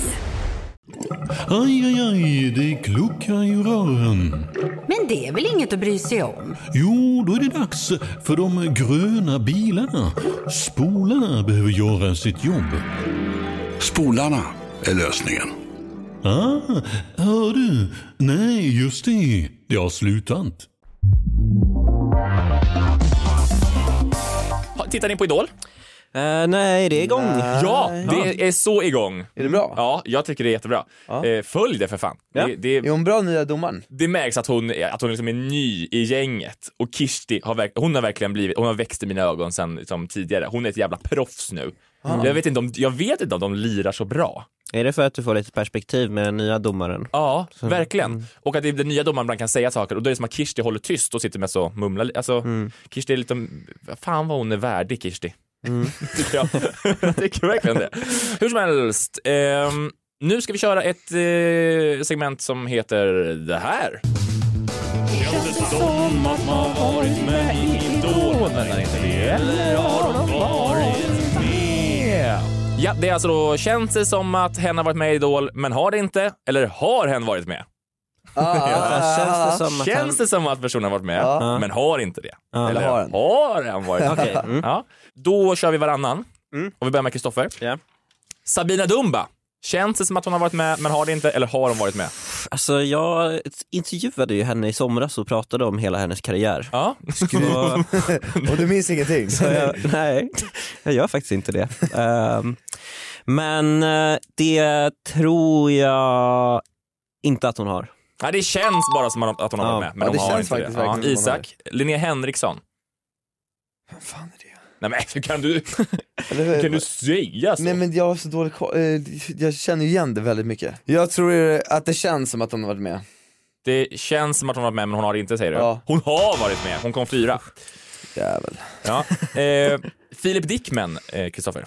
Speaker 10: Aj, aj, aj, det kluckar i rören.
Speaker 11: Men det är väl inget att bry sig om?
Speaker 10: Jo, då är det dags för de gröna bilarna. Spolarna behöver göra sitt jobb.
Speaker 12: Spolarna är lösningen.
Speaker 10: Ah, hör du? Nej, just det. Det har slutat.
Speaker 6: Ha- Tittar ni på Idol?
Speaker 8: Eh, nej, det är igång.
Speaker 6: Ja, det är så igång.
Speaker 7: Är det bra?
Speaker 6: Ja, jag tycker det är jättebra. Eh, Följ det för fan. Det, det,
Speaker 7: Är hon bra nya domaren?
Speaker 6: det märks att hon, att hon liksom är ny i gänget. Och Kirsti har, verk, hon har verkligen blivit, hon har växt i mina ögon sen liksom, tidigare. Hon är ett jävla proffs nu. Jag, vet inte om, jag vet inte om de lirar så bra.
Speaker 8: Är det för att du får lite perspektiv med den nya domaren?
Speaker 6: Ja, verkligen. Och att det, den nya domaren ibland kan säga saker och då är det som att Kirsti håller tyst och sitter med så mumlar li- Alltså, Kirsti är lite, fan vad hon är värdig Kirsti. tycker jag. jag tycker verkligen det. Hur som helst, ehm, nu ska vi köra ett eh, segment som heter det här. Ja, det är alltså då, känns det som att hen har varit med i Idol, men har det inte? Eller har hen varit med?
Speaker 8: Ja, känns det som att
Speaker 6: Känns det som att personen har varit med,
Speaker 7: Ja.
Speaker 6: men har inte det? Eller
Speaker 7: Eller har den?
Speaker 6: har hen varit med?
Speaker 8: Okej, mm.
Speaker 6: ja. Då kör vi varannan.
Speaker 7: Mm.
Speaker 6: Och vi börjar med Kristoffer.
Speaker 8: Ja.
Speaker 6: Sabina Dumba. Känns det som att hon har varit med, men har det inte? Eller har hon varit med?
Speaker 8: Alltså jag intervjuade ju henne i somras och pratade om hela hennes karriär.
Speaker 6: Ja.
Speaker 8: Och,
Speaker 7: Och du minns ingenting?
Speaker 8: så jag, nej, jag gör faktiskt inte det. Ehm, men eh, det tror jag inte att hon har.
Speaker 6: Nej, det känns bara som att hon har
Speaker 8: Ja.
Speaker 6: varit med, men
Speaker 7: Ja,
Speaker 6: de
Speaker 7: det
Speaker 6: har
Speaker 7: känns
Speaker 6: inte det.
Speaker 7: faktiskt
Speaker 6: Ja,
Speaker 7: verkligen som hon har
Speaker 6: Isak. Linnea Henriksson.
Speaker 7: Vad fan är det?
Speaker 6: Nej men hur kan du,
Speaker 7: Eller hur?
Speaker 6: hur kan du säga så?
Speaker 7: Nej men jag har så dålig koll, Eh, jag känner ju igen det väldigt mycket. Jag tror att det känns som att hon har varit med.
Speaker 6: Det känns som att hon har varit med, men hon har det inte säger du.
Speaker 7: Ja.
Speaker 6: Hon har varit med, hon kom fyra.
Speaker 7: Jävel.
Speaker 6: Ja. Eh, Filip Dickman, eh, Kristoffer.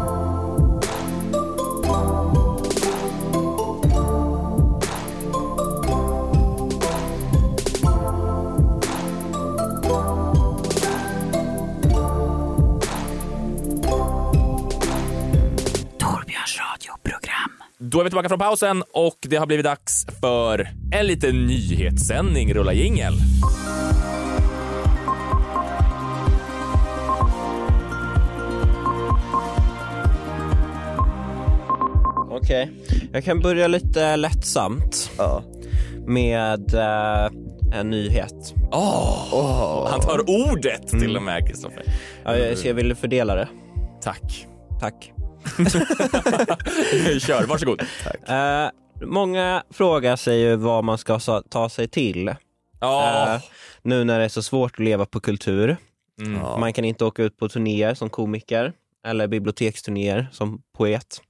Speaker 5: Torbjörns radioprogram.
Speaker 6: Då är vi tillbaka från pausen och det har blivit dags för en liten nyhetssändning. Rulla jingel.
Speaker 8: Okej, jag kan börja lite lättsamt med eh, en nyhet.
Speaker 6: Åh, Han tar ordet till och med, Kristoffer.
Speaker 8: Ja,
Speaker 7: Mm.
Speaker 8: jag- så jag ville fördela det.
Speaker 6: Tack.
Speaker 8: Tack.
Speaker 6: Kör, varsågod.
Speaker 8: Eh, många frågar sig ju vad man ska sa- ta sig till
Speaker 6: Ja,
Speaker 8: Eh, nu när det är så svårt att leva på kultur.
Speaker 6: Mm.
Speaker 7: Ja.
Speaker 8: Man kan inte åka ut på turnéer som komiker eller biblioteksturnéer som poet.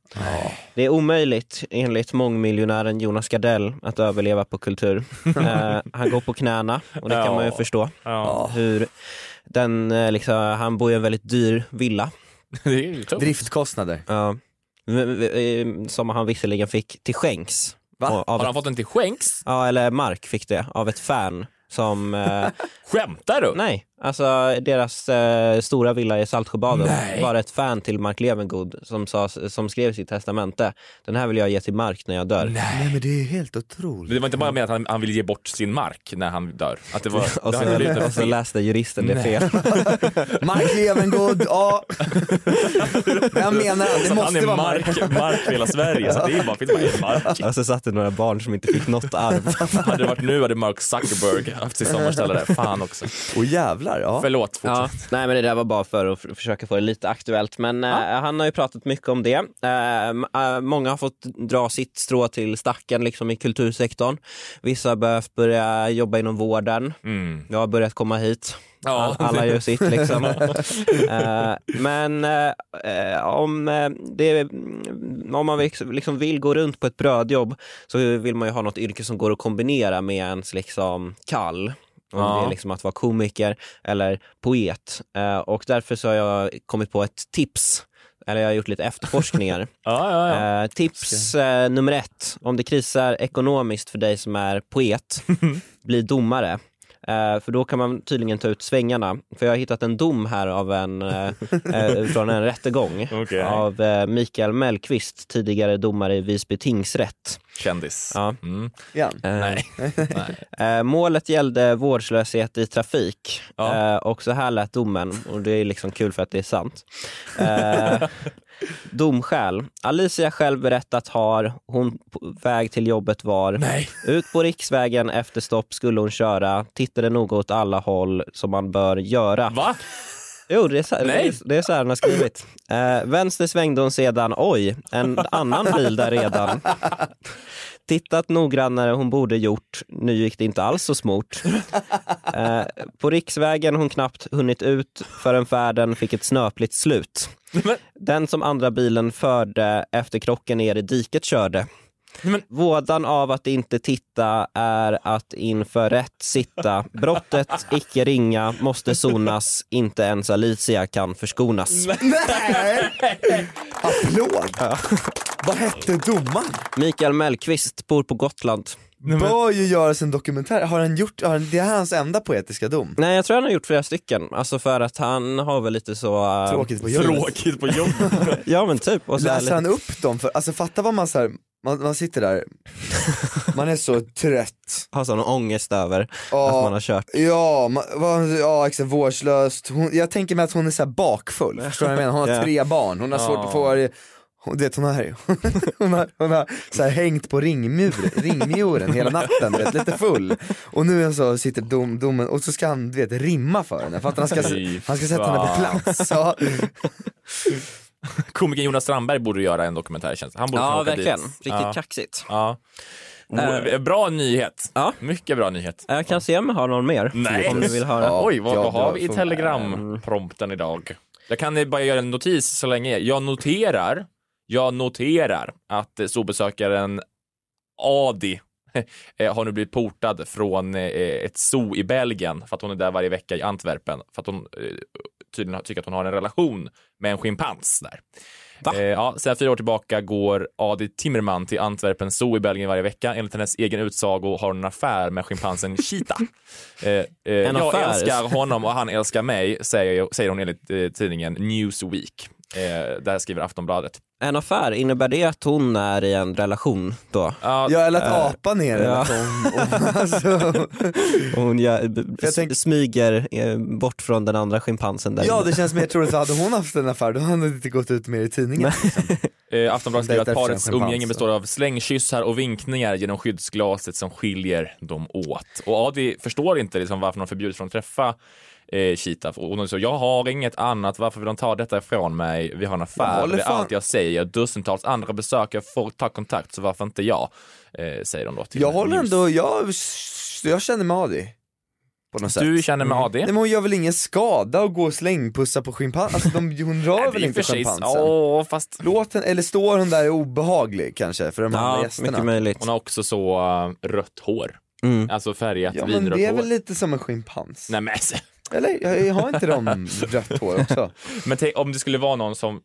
Speaker 8: Det är omöjligt enligt mångmiljonären Jonas Gardell att överleva på kultur. Eh, han går på knäna och det kan man ju
Speaker 6: Ja.
Speaker 8: förstå.
Speaker 6: ja.
Speaker 8: Hur den, eh, liksom, han bor i en väldigt dyr villa.
Speaker 6: det är ju tufft.
Speaker 7: Driftkostnader.
Speaker 8: Ja. V- v- eh, som han visserligen fick till skänks.
Speaker 7: Va?
Speaker 8: Och-
Speaker 6: Har
Speaker 8: Av ett,
Speaker 6: han fått den till skänks?
Speaker 8: ja, eller Mark fick det av ett fan som eh,
Speaker 6: Skämtar du?
Speaker 8: Nej, Alltså deras eh, stora villa i Saltsjöbaden var ett fan till Mark Levengood som, sa, som skrev i sitt testamente. Den här vill jag ge till Mark när jag dör.
Speaker 7: Nej men det är helt otroligt.
Speaker 6: Det var inte bara med att han, han ville ge bort sin mark när han dör. Att det var,
Speaker 8: Och
Speaker 6: det hade blivit
Speaker 8: så,
Speaker 6: en
Speaker 8: och så
Speaker 6: fel.
Speaker 8: läste juristen det
Speaker 6: Nej.
Speaker 8: fel.
Speaker 7: Mark Levengood, ja. Jag menar det,
Speaker 6: Så
Speaker 7: det
Speaker 6: han
Speaker 7: måste
Speaker 6: är
Speaker 7: vara Mark.
Speaker 6: mark, mark för hela Sverige, så det är bara, finns bara en mark.
Speaker 8: Och så satt det några barn som inte fick något arv.
Speaker 6: Hade det varit nu hade Mark Zuckerberg haft sitt sommarställe där. Fan också.
Speaker 7: Och jävlar, ja.
Speaker 6: Förlåt,
Speaker 8: Ja, nej men det där var bara för att f- försöka få det lite aktuellt. Men eh, han har ju pratat mycket om det. Eh, m- eh, många har fått dra sitt strå till stacken liksom i kultursektorn. Vissa har behövt börja jobba inom vården. Jag har börjat komma hit.
Speaker 6: Ja.
Speaker 8: All- Alla gör sitt liksom. Eh, men eh, eh, om, eh, det, om man vill- liksom vill gå runt på ett brödjobb så vill man ju ha något yrke som går att kombinera med ens liksom kall. Om
Speaker 6: Ja.
Speaker 8: det är liksom att vara komiker eller poet. Eh, och därför så har jag kommit på ett tips. Eller jag har gjort lite efterforskningar. Eh, tips eh, nummer ett, om det krisar ekonomiskt för dig som är poet, bli domare. Eh, för då kan man tydligen ta ut svängarna. För jag har hittat en dom här av en, eh, eh, från en rättegång
Speaker 6: Okej.
Speaker 8: av eh, Mikael Mellqvist, tidigare domare i Visby tingsrätt.
Speaker 6: Kändis. Mm.
Speaker 8: Ja.
Speaker 7: Ja.
Speaker 8: Eh, Eh, målet gällde vårdslöshet i trafik eh, och så här lät domen och det är liksom kul för att det är sant. Eh, domskäl. Alicia själv berättat har hon på väg till jobbet var. Ut på riksvägen efter stopp skulle hon köra, tittade noga åt alla håll som man bör göra.
Speaker 6: Va?
Speaker 8: Jo, det är så här, det
Speaker 6: Nej.
Speaker 8: är, det är så här han har skrivit. Eh, vänster svängde hon sedan, oj, en annan bil där redan. Tittat noggrannare hon borde gjort, nu gick det inte alls så smort. Eh, på riksvägen hon knappt hunnit ut förrän färden fick ett snöpligt slut. Den som andra bilen förde efter krocken ner i diket körde. Vådan av att inte titta är att inför rätt sitta. Brottet icke ringa måste sonas, inte ens Alicia kan förskonas.
Speaker 7: Nej! Applåd! Vad hette domaren?
Speaker 8: Mikael Mellqvist bor på Gotland.
Speaker 7: Bör ju göras en dokumentär, har han gjort, har han, det är hans enda poetiska dom.
Speaker 8: Nej, jag tror han har gjort flera stycken. Alltså för att han har väl lite så... eh,
Speaker 7: Tråkigt på jobbet. Tråkigt
Speaker 6: på jobbet.
Speaker 8: ja men typ. Och så här
Speaker 7: Läser
Speaker 8: lite-
Speaker 7: han upp dem? För, alltså fatta vad man så här, man, man sitter där, man är så trött.
Speaker 8: Har sån ångest över
Speaker 7: Ja.
Speaker 8: att man har kört.
Speaker 7: Ja, man, vad- ja exakt, vårdslöst. Hon, jag tänker mig att hon är så här bakfull, förstår du vad jag menar? Hon har
Speaker 8: Ja.
Speaker 7: tre barn, hon har svårt
Speaker 8: Ja.
Speaker 7: att få varje- hon, du vet, hon har, hon har, hon har så här hängt på ringmur, ringmuren hela natten, du vet, lite full. Och nu är hon så, sitter dom, domen och så ska han du vet, rimma för henne, för att han ska,
Speaker 6: Fy
Speaker 7: han ska sätta henne på
Speaker 6: fan.
Speaker 7: plats. Ja.
Speaker 6: Komikern Jonas Strandberg borde göra en dokumentär känns det. Han borde
Speaker 8: Ja,
Speaker 6: kunna åka
Speaker 8: verkligen.
Speaker 6: Dit.
Speaker 8: Riktigt kaxigt.
Speaker 6: Ja.
Speaker 8: Eh.
Speaker 6: Bra nyhet.
Speaker 8: Ja.
Speaker 6: Mycket bra nyhet.
Speaker 8: Jag kan se om jag har någon mer.
Speaker 6: Nej.
Speaker 8: Om du vill höra.
Speaker 6: Oj, vad,
Speaker 8: Ja,
Speaker 6: vad har
Speaker 8: jag
Speaker 6: vi i
Speaker 8: får-
Speaker 7: Mm.
Speaker 6: telegram-prompten idag? Jag kan eh, bara göra en notis så länge. Jag noterar, jag noterar att eh, zoobesökaren Adi eh, har nu blivit portad från eh, ett zoo i Belgien för att hon är där varje vecka i Antwerpen för att hon eh, tydligen har- tycker att hon har en relation med en schimpans där. Eh, ja, sedan fyra år tillbaka går Adi Timmerman till Antwerpen zoo i Belgien varje vecka. Enligt hennes egen utsago har hon en affär med schimpansen Cheetah. Eh, eh, jag
Speaker 8: En affär?
Speaker 6: älskar honom och han älskar mig, säger, säger hon enligt eh, tidningen Newsweek. Eh, där skriver Aftonbladet.
Speaker 8: En affär, innebär det att hon är i en relation då?
Speaker 7: Ja eller att
Speaker 8: Eh,
Speaker 7: apan är det.
Speaker 8: ja.
Speaker 7: Liksom. Alltså.
Speaker 8: Och hon gör, b-
Speaker 7: För jag
Speaker 8: s-
Speaker 7: tänk-
Speaker 8: smyger eh, bort från den andra schimpansen där
Speaker 7: Ja
Speaker 8: inne.
Speaker 7: det känns mer troligt, för hade hon haft en affär då hade det inte gått ut mer i tidningen.
Speaker 6: Eh, Aftonbladet skriver att
Speaker 7: Dejtar
Speaker 6: parets
Speaker 7: en schimpans,
Speaker 6: umgänge består av slängkyssar och vinkningar genom skyddsglaset som skiljer dem åt. Och Adi förstår inte liksom varför de förbjuds från att träffa eh, Cheetah. Och hon säger, jag har inget annat, varför vill de ta detta ifrån mig? Vi har en
Speaker 7: Jag
Speaker 6: affär,
Speaker 7: håller
Speaker 6: det är
Speaker 7: fan-
Speaker 6: allt jag säger. Dussintals andra besökare får ta kontakt, så varför inte jag? Eh, säger de då till
Speaker 7: Jag håller
Speaker 6: News.
Speaker 7: ändå, jag, jag känner med Adi. På något sätt. Mm.
Speaker 6: Du känner med AD?
Speaker 7: Nej, men hon gör väl ingen skada och går och slängpussar på schimpansen, alltså de, hon
Speaker 6: Nej,
Speaker 7: rör
Speaker 6: det
Speaker 7: väl
Speaker 6: är
Speaker 7: inte
Speaker 6: Äh, för sig-
Speaker 7: schimpansen?
Speaker 6: Ja, fast
Speaker 7: Låt henne, eller står hon där obehaglig kanske för de andra
Speaker 8: ja, mycket
Speaker 7: gästerna?
Speaker 8: möjligt.
Speaker 6: hon har också så eh, rött hår.
Speaker 8: Mm.
Speaker 6: Alltså färgat
Speaker 7: Ja men
Speaker 6: vinrött
Speaker 7: det är
Speaker 6: hår.
Speaker 7: väl lite som en schimpans?
Speaker 6: Nej, men, alltså.
Speaker 7: Eller jag- jag har inte de rött hår också?
Speaker 6: men tänk, om det skulle vara någon som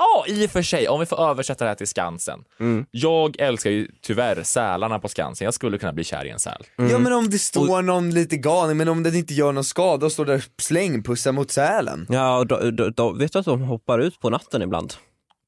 Speaker 6: Ja, i och för sig, om vi får översätta det här till Skansen.
Speaker 7: Mm.
Speaker 6: Jag älskar ju tyvärr sälarna på Skansen. Jag skulle kunna bli kär i en säl.
Speaker 8: Mm.
Speaker 7: Ja men om det står någon lite galen, men om den inte gör någon skada och står där slängpussar mot sälen.
Speaker 8: Ja, och då, då, då, vet du att de hoppar ut på natten ibland?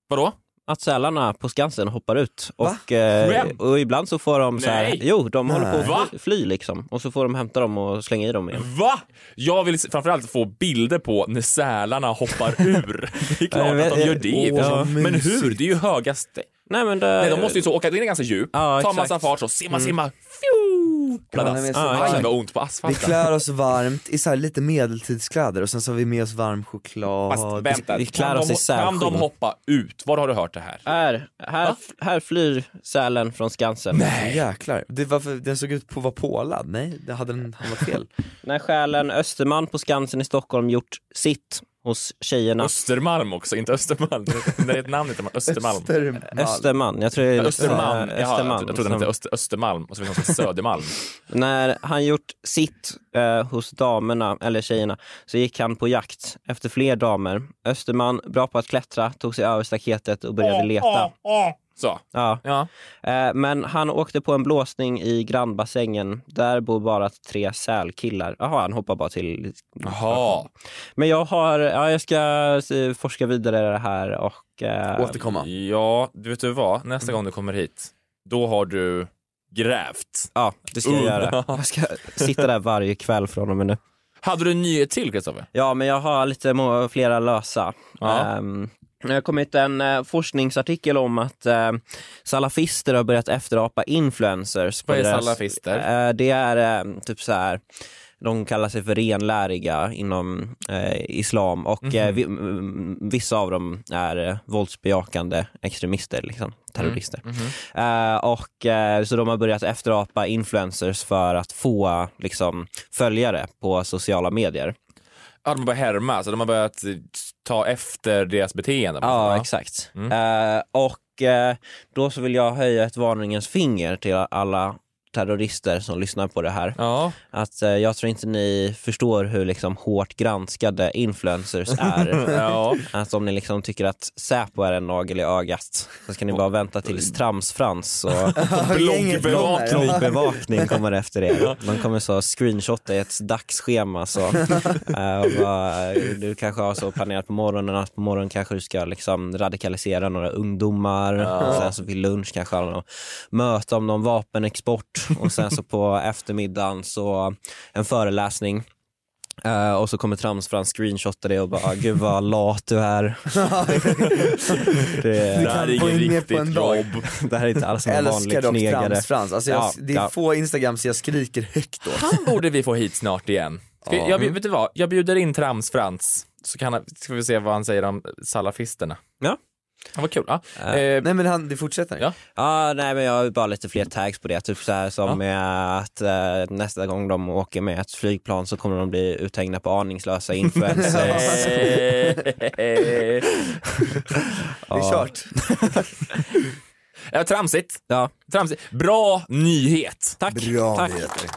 Speaker 6: Vadå?
Speaker 8: Att sälarna på Skansen hoppar ut. Och, eh,
Speaker 6: Vem?
Speaker 8: och ibland så får de så här,
Speaker 6: Nej.
Speaker 8: jo, de håller
Speaker 6: Nej. Mm.
Speaker 8: på
Speaker 6: Va?
Speaker 8: att fly, fly liksom. Och så får de hämta dem och slänga i dem igen.
Speaker 6: Va? Jag vill s- framförallt få bilder på när sälarna hoppar ur. Det är klart att de gör det. i och för
Speaker 7: eh,
Speaker 6: sig.
Speaker 8: Ja.
Speaker 6: men hur? Det är ju högaste.
Speaker 8: Nej, men
Speaker 6: Nej, de måste ju så åka in ganska djupt, ta en
Speaker 8: exakt.
Speaker 6: massa fart så, simma,
Speaker 8: Mm.
Speaker 6: simma, fju!
Speaker 7: Ja, men
Speaker 6: Pladask.
Speaker 7: så-
Speaker 6: Aj, vad ont på
Speaker 7: Vi
Speaker 6: asfalten.
Speaker 7: klär oss varmt i så här lite medeltidskläder och sen så har vi med oss varm choklad.
Speaker 6: Fast vänta, kan, de, kan de hoppa ut? Var har du hört det här?
Speaker 8: Här, här, här flyr sälen från Skansen.
Speaker 7: Nej. Jäklar. Det varför, den såg ut på att vara pålad, nej det hade den hamnat fel.
Speaker 8: När själen Östermalm på Skansen i Stockholm gjort sitt hos tjejerna.
Speaker 6: Östermalm också, inte Östermalm. Det är ett namn, inte Östermalm.
Speaker 8: Östermalm. Östermalm, jag tror det är-
Speaker 6: Östermalm.
Speaker 8: Ja,
Speaker 6: Jaha,
Speaker 8: Östermalm.
Speaker 6: jag trodde den hette Öster, Östermalm och så finns det någon som heter Södermalm.
Speaker 8: När han gjort sitt eh, hos damerna, eller tjejerna, så gick han på jakt efter fler damer. Österman, bra på att klättra, tog sig över staketet och började leta.
Speaker 6: Så.
Speaker 8: Ja. Eh, men han åkte på en blåsning i grannbassängen. Där bor bara tre sälkillar. Jaha, han hoppar bara till...
Speaker 6: Jaha.
Speaker 8: Men jag har... Ja, jag ska eh, forska vidare i det här och... eh,
Speaker 6: Ja, du vet du vad? Nästa gång du kommer hit, då har du grävt.
Speaker 8: Ja, det ska jag göra. Jag ska sitta där varje kväll från och med nu.
Speaker 6: Hade du en nyhet till, Kristoffer?
Speaker 8: Ja, men jag har lite må- flera lösa.
Speaker 6: Ja.
Speaker 8: Ehm, det har kommit en eh, forskningsartikel om att eh, salafister har börjat efterapa influencers. på
Speaker 6: Vad är
Speaker 8: deras-
Speaker 6: salafister?
Speaker 8: Eh, det är eh, typ så här, de kallar sig för renläriga inom eh, islam och
Speaker 6: Mhm.
Speaker 8: eh, vi, m- vissa av dem är eh, våldsbejakande extremister, liksom, terrorister.
Speaker 6: Mm. Mhm.
Speaker 8: Eh, och, eh, så de har börjat efterapa influencers för att få liksom, följare på sociala medier.
Speaker 6: Ja, de har börjat härma, så de har börjat eh, ta efter deras beteende.
Speaker 8: Ja, exakt. Eh, och eh, då så vill jag höja ett varningens finger till alla terrorister som lyssnar på det här. Att eh, jag tror inte ni förstår hur liksom hårt granskade influencers är.
Speaker 6: Ja.
Speaker 8: Att om ni liksom tycker att Säpo är en nagel i ögat så ska ni bara vänta tills Tramsfrans och
Speaker 6: Gänget kommer, ja.
Speaker 8: bloggbevakning kommer efter er. De kommer så screenshotta i ett dagsschema så eh, och bara, eh, du kanske har så planerat på morgonen att på morgonen kanske du ska liksom radikalisera några ungdomar
Speaker 6: Ja.
Speaker 8: och sen så vid lunch kanske har något möte om någon vapenexport och sen så på eftermiddagen så en föreläsning Eh, och så kommer Tramsfrans screenshotta det och bara “gud vad lat du är”. det,
Speaker 7: Du kan Det här är få inget in det på en riktigt dag. jobb.
Speaker 8: Det här är inte alls en vanlig
Speaker 7: Älskar dock
Speaker 8: knegare.
Speaker 7: Tramsfrans, alltså jag,
Speaker 8: Ja,
Speaker 7: det är
Speaker 8: ja.
Speaker 7: få instagrams jag skriker högt åt.
Speaker 6: Han borde vi få hit snart igen. Ska,
Speaker 7: Ja.
Speaker 6: jag, vet du vad? Jag bjuder in Trams-Frans, så kan han, ska vi se vad han säger om salafisterna.
Speaker 8: Ja.
Speaker 6: Ja, vad kul. Ja.
Speaker 7: Äh,
Speaker 6: Eh,
Speaker 7: nej men han, det fortsätter.
Speaker 6: Ja.
Speaker 8: Ja, nej men jag har ju bara lite fler tags på det. Typ så här som med att eh, nästa gång de åker med ett flygplan så kommer de bli uthängda på aningslösa influencers.
Speaker 6: eh, Det ja,
Speaker 8: Ja.
Speaker 6: Eh, tramsigt.
Speaker 8: Ja.
Speaker 6: tramsigt. Bra nyhet.
Speaker 8: Tack.
Speaker 7: Bra
Speaker 6: Tack.
Speaker 7: nyheter.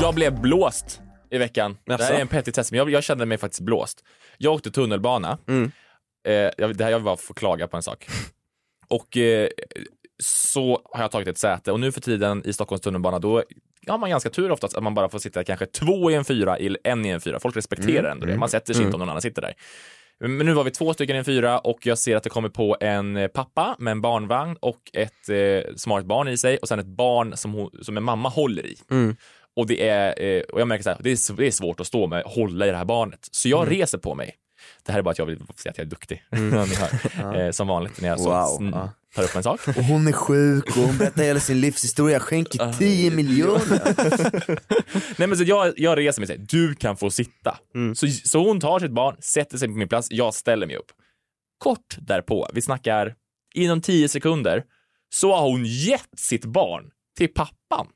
Speaker 6: Jag blev blåst i veckan. Det
Speaker 8: Jaså?
Speaker 6: här är en petitess, men jag, jag kände mig faktiskt blåst. Jag åkte tunnelbana.
Speaker 8: Mm.
Speaker 6: Eh, jag, det här jag bara får klaga på en sak. Och eh, så har jag tagit ett säte och nu för tiden i Stockholms tunnelbana då har man ganska tur oftast att man bara får sitta kanske två i en fyra, i- en i en fyra. Folk respekterar
Speaker 8: Mm.
Speaker 6: ändå det. Man sätter sig
Speaker 8: Mm.
Speaker 6: inte om någon annan sitter där. Men nu var vi två stycken i en fyra och jag ser att det kommer på en eh, pappa med en barnvagn och ett eh, smart barn i sig och sen ett barn som, hon, som en mamma håller i. Och, det är, eh, och jag märker så här, det är, sv- det är svårt att stå med, hålla i det här barnet. Så jag reser på mig. Det här är bara att jag vill säga att jag är duktig. Ja, ni hör. Eh, Som vanligt när jag så
Speaker 7: Wow.
Speaker 6: sn-
Speaker 7: Ja.
Speaker 6: tar upp en sak.
Speaker 7: Och hon är sjuk och hon berättar hela sin livshistoria, jag skänker 10 miljoner.
Speaker 6: Nej, men så jag, jag reser mig och säger, du kan få sitta. Så, så hon tar sitt barn, sätter sig på min plats, jag ställer mig upp. Kort därpå, vi snackar inom 10 sekunder, så har hon gett sitt barn till pappan.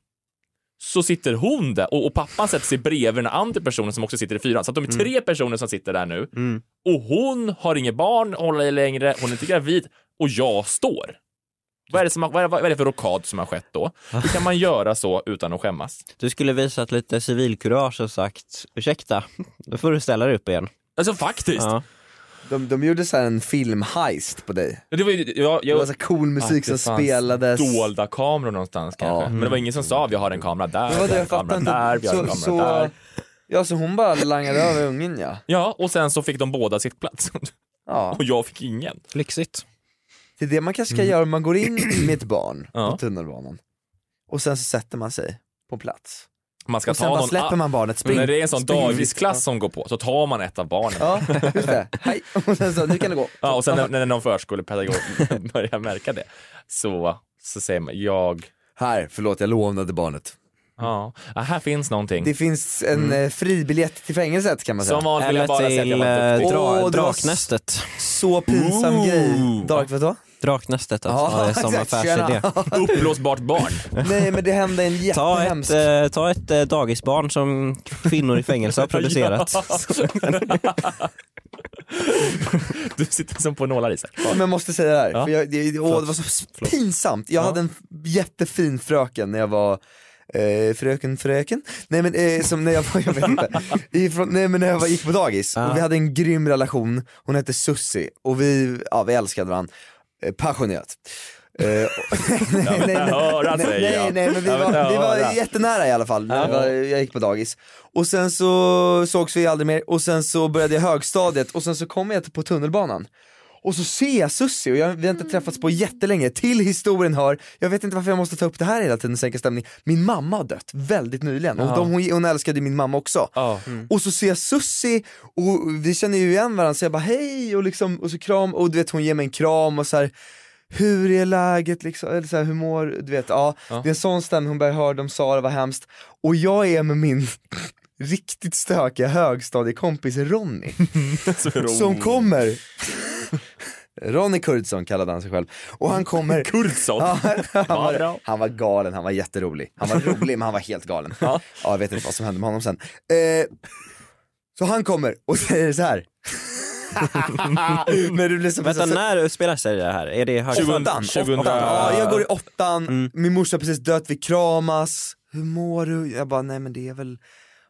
Speaker 6: Så sitter hon där och, och pappan sätter sig bredvid den andra personen som också sitter i fyran. Så att de är tre personer som sitter där nu. Och hon har inget barn att hålla i längre, hon är inte gravid och jag står. Vad är, det som har, vad, är, vad är det för rockad som har skett då? Hur kan man göra så utan att skämmas?
Speaker 8: Du skulle visat lite civilkurage och sagt ursäkta, då får du ställa dig upp igen.
Speaker 6: Alltså faktiskt.
Speaker 8: Ja.
Speaker 7: De, de gjorde så här en filmheist på dig.
Speaker 6: Ja, Det var, ju, ja, jag,
Speaker 7: Det var så cool musik
Speaker 6: Att det
Speaker 7: som
Speaker 6: fanns
Speaker 7: spelades.
Speaker 6: Dolda kameror någonstans kanske. Men det var ingen som sa vi har en kamera där,
Speaker 7: Det var
Speaker 6: vi har
Speaker 7: det
Speaker 6: en
Speaker 7: jag
Speaker 6: kamera
Speaker 7: fattade inte.
Speaker 6: där, vi har en
Speaker 7: Så-
Speaker 6: kamera
Speaker 7: så-
Speaker 6: där.
Speaker 7: Ja, så hon bara langade över ungen ja.
Speaker 6: Ja, och sen så fick de båda sitt plats.
Speaker 7: Ja.
Speaker 6: Och jag fick ingen.
Speaker 8: Lyxigt.
Speaker 7: Det är det man kanske ska
Speaker 6: Mm.
Speaker 7: göra om man går in med ett barn
Speaker 6: Ja.
Speaker 7: på tunnelbanan och sen så sätter man sig på plats.
Speaker 6: Man ska
Speaker 7: och sen
Speaker 6: ta
Speaker 7: bara
Speaker 6: någon
Speaker 7: släpper man barnet, spring.
Speaker 6: När det är en sån
Speaker 7: spring.
Speaker 6: dagisklass som går på så tar man ett av barnen.
Speaker 7: Ja, just det. Hej! Och sen så, nu kan det gå.
Speaker 6: Ja, och sen när, när någon förskolepedagog börjar märka det så, så säger man jag...
Speaker 7: Här, förlåt jag lånade barnet.
Speaker 6: Ja, Ja, här finns någonting.
Speaker 7: Det finns en mm. fribiljett till fängelset kan man säga.
Speaker 6: Som vanligt vill jag bara säga att jag var duktig.
Speaker 7: Åh, det var
Speaker 8: eh, Draknästet.
Speaker 7: Så pinsam
Speaker 8: Ooh.
Speaker 7: grej. Dark, vet du vad?
Speaker 8: Draknästet alltså,
Speaker 7: Ja,
Speaker 8: det är som
Speaker 7: exakt,
Speaker 8: affärsidé.
Speaker 7: tjena.
Speaker 6: Uppblåsbart barn.
Speaker 7: Nej men det hände en
Speaker 8: Ta
Speaker 7: jättehemsk
Speaker 8: ett, eh, ta ett eh, dagisbarn som kvinnor i fängelse har producerat.
Speaker 6: du sitter som på nålar Isak.
Speaker 7: Men jag måste säga det här,
Speaker 6: Ja.
Speaker 7: för jag, det, det, åh, det var så pinsamt. Jag hade en jättefin fröken när jag var Eh, fröken, fröken? Nej men eh, som när jag var, jag vet inte. Ifrån, nej men när jag var, gick på dagis, och vi hade en grym relation, hon hette Sussi och vi, ja vi älskade varandra eh, passionerat. Eh, och- nej, nej, nej,
Speaker 6: höra,
Speaker 7: nej,
Speaker 6: säger
Speaker 7: nej,
Speaker 6: jag.
Speaker 7: nej men vi
Speaker 6: Jag vill
Speaker 7: var, vi
Speaker 6: höra.
Speaker 7: var jättenära i alla fall när
Speaker 6: Ja.
Speaker 7: vi var, jag gick på dagis. Och sen så sågs vi aldrig mer och sen så började jag högstadiet och sen så kom jag på tunnelbanan. Och så ser jag Sussi och jag, vi har inte träffats på jättelänge, till historien hör, jag vet inte varför jag måste ta upp det här hela tiden och sänka stämning min mamma har dött väldigt nyligen och
Speaker 6: Ja. Mm.
Speaker 7: de, hon, hon älskade ju min mamma också. Och så ser jag Sussi och vi känner ju igen varandra så jag bara hej och liksom, och så kram och du vet hon ger mig en kram och så här hur är läget liksom, eller så här, hur mår, du vet, ja.
Speaker 6: Ja.
Speaker 7: Det är en sån stämning, hon bara jag hörde om Sara, vad hemskt. Och jag är med min riktigt stökiga högstadiekompis Ronny. Som kommer Ronny Kurdsson kallade han sig själv. Och han kommer...
Speaker 6: Kurdsson?
Speaker 7: Ja, han,
Speaker 6: Vad bra.
Speaker 7: var, han var galen, han var jätterolig. Han var rolig men han var helt galen. Ja, jag vet inte vad som hände med honom sen. Eh, så han kommer och säger så här. när du blir så
Speaker 8: Vänta,
Speaker 7: så-
Speaker 8: när spelar sig det här? Är det
Speaker 7: Åttan, åttan. Ja, jag går i åttan, min morsa har precis dött, vi kramas, hur mår du? Jag bara, nej men det är väl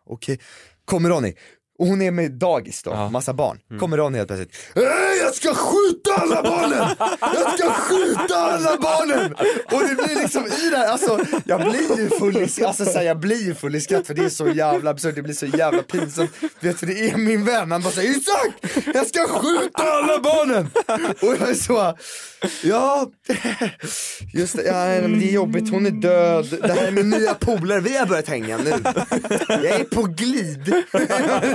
Speaker 7: okej. Kommer Ronny, och hon är med dagis då, massa barn. Kommer Ronny helt plötsligt, "Äh, jag ska skjuta alla barnen! Jag ska skjuta alla barnen! Och det blir liksom i det här, alltså jag blir ju full i, alltså, så här, jag blir ju full i skratt för det är så jävla absurt, det blir så jävla pinsamt. Du vet för det är min vän, han bara säger Isak! Jag ska skjuta alla barnen! Och jag är så, ja, just det, ja, nej, men det är jobbigt, hon är död, det här är min nya polare, vi har börjat hänga nu. Jag är på glid.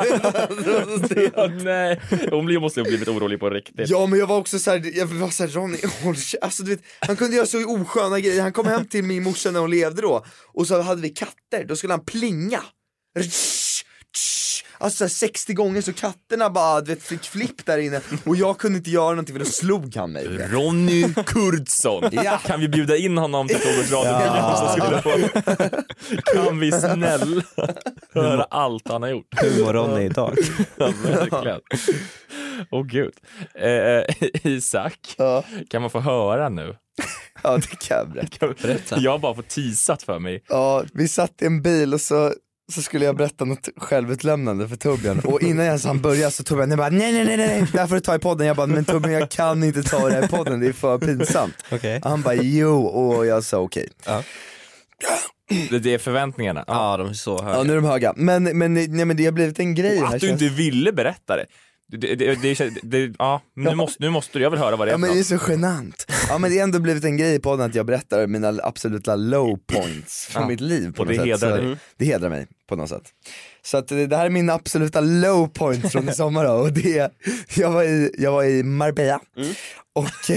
Speaker 6: Ja, nej. Hon blir- måste ha blivit orolig på riktigt.
Speaker 7: Ja men jag var också såhär, jag var såhär Ronny, håll kä- alltså du vet, han kunde göra så osköna grejer, han kom hem till min morsa när hon levde då och så hade vi katter, då skulle han plinga. Rtsch, tsch. Alltså såhär 60 gånger så katterna bara du vet, fick flipp där inne och jag kunde inte göra någonting för då slog han mig.
Speaker 6: Ronny Kurdsson.
Speaker 7: Ja.
Speaker 6: Kan vi bjuda in honom till Frågersradion?
Speaker 7: Ja.
Speaker 6: Ja. Kan vi snälla höra allt han har gjort?
Speaker 8: Hur mår Ronny idag?
Speaker 6: Ja, verkligen. Åh gud. Eh, Isak, kan man få höra nu?
Speaker 7: Ja det kan jag berätta.
Speaker 8: Berätta.
Speaker 6: Jag har bara fått teasat för mig.
Speaker 7: Ja, vi satt i en bil och så, så skulle jag berätta något självutlämnande för Torbjörn och innan jag ens han började så Torbjörn jag bara nej nej nej nej, nej, det här får du ta i podden. Jag bara men Torbjörn jag kan inte ta det här i podden, det är för pinsamt.
Speaker 8: Okej.
Speaker 7: Han bara jo och jag sa okej.
Speaker 6: Det- Det är förväntningarna.
Speaker 8: Ja, de är så
Speaker 7: Ja
Speaker 8: höga.
Speaker 7: nu är de höga, men, men, nej, men det har blivit en grej här
Speaker 6: Att du
Speaker 7: känns-
Speaker 6: inte ville berätta det. Det, det, det, det, det ja, nu, måste, nu måste du, jag vill höra vad det är
Speaker 7: Ja
Speaker 6: för
Speaker 7: men det är
Speaker 6: något.
Speaker 7: så genant. Ja men det har ändå blivit en grej i podden att jag berättar mina absoluta low points från
Speaker 6: Ja.
Speaker 7: mitt liv på
Speaker 6: Och
Speaker 7: något
Speaker 6: det
Speaker 7: sätt.
Speaker 6: hedrar
Speaker 7: så,
Speaker 6: dig.
Speaker 7: det hedrar mig på något sätt. Så att eh, det här är min absoluta low point från i sommar då, och det är, jag var i, jag var i Marbella och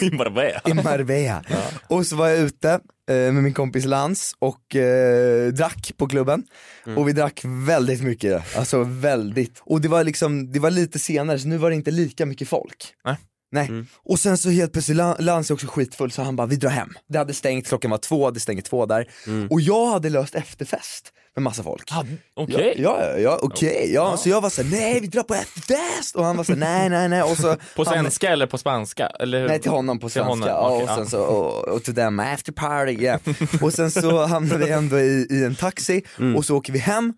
Speaker 6: I Marbella.
Speaker 7: i Marbella. Och så var jag ute eh, med min kompis Lans och eh, drack på klubben.
Speaker 6: Mm.
Speaker 7: Och vi drack väldigt mycket, alltså väldigt. Och det var liksom, det var lite senare så nu var det inte lika mycket folk.
Speaker 6: Nej. Mm.
Speaker 7: Nej. Och sen så helt plötsligt, Lan- Lantz är också skitfull så han bara, vi drar hem. Det hade stängt, klockan var två, det stänger två där.
Speaker 6: Mm.
Speaker 7: Och jag hade löst efterfest med massa folk.
Speaker 6: Ah, Okej.
Speaker 7: Ja, ja, ja okej. Ja. Så jag var såhär, nej vi drar på efterfest! Och han var såhär, nej, nej, nej. Och så,
Speaker 6: På
Speaker 7: han-
Speaker 6: svenska eller på spanska? Eller hur?
Speaker 7: Nej till honom på
Speaker 6: Till
Speaker 7: svenska,
Speaker 6: honom,
Speaker 7: Ja,
Speaker 6: okej,
Speaker 7: och, sen så, och, och till dem, after party, yeah. Och sen så hamnade vi ändå i, i en taxi
Speaker 6: Mm.
Speaker 7: och så åker vi hem,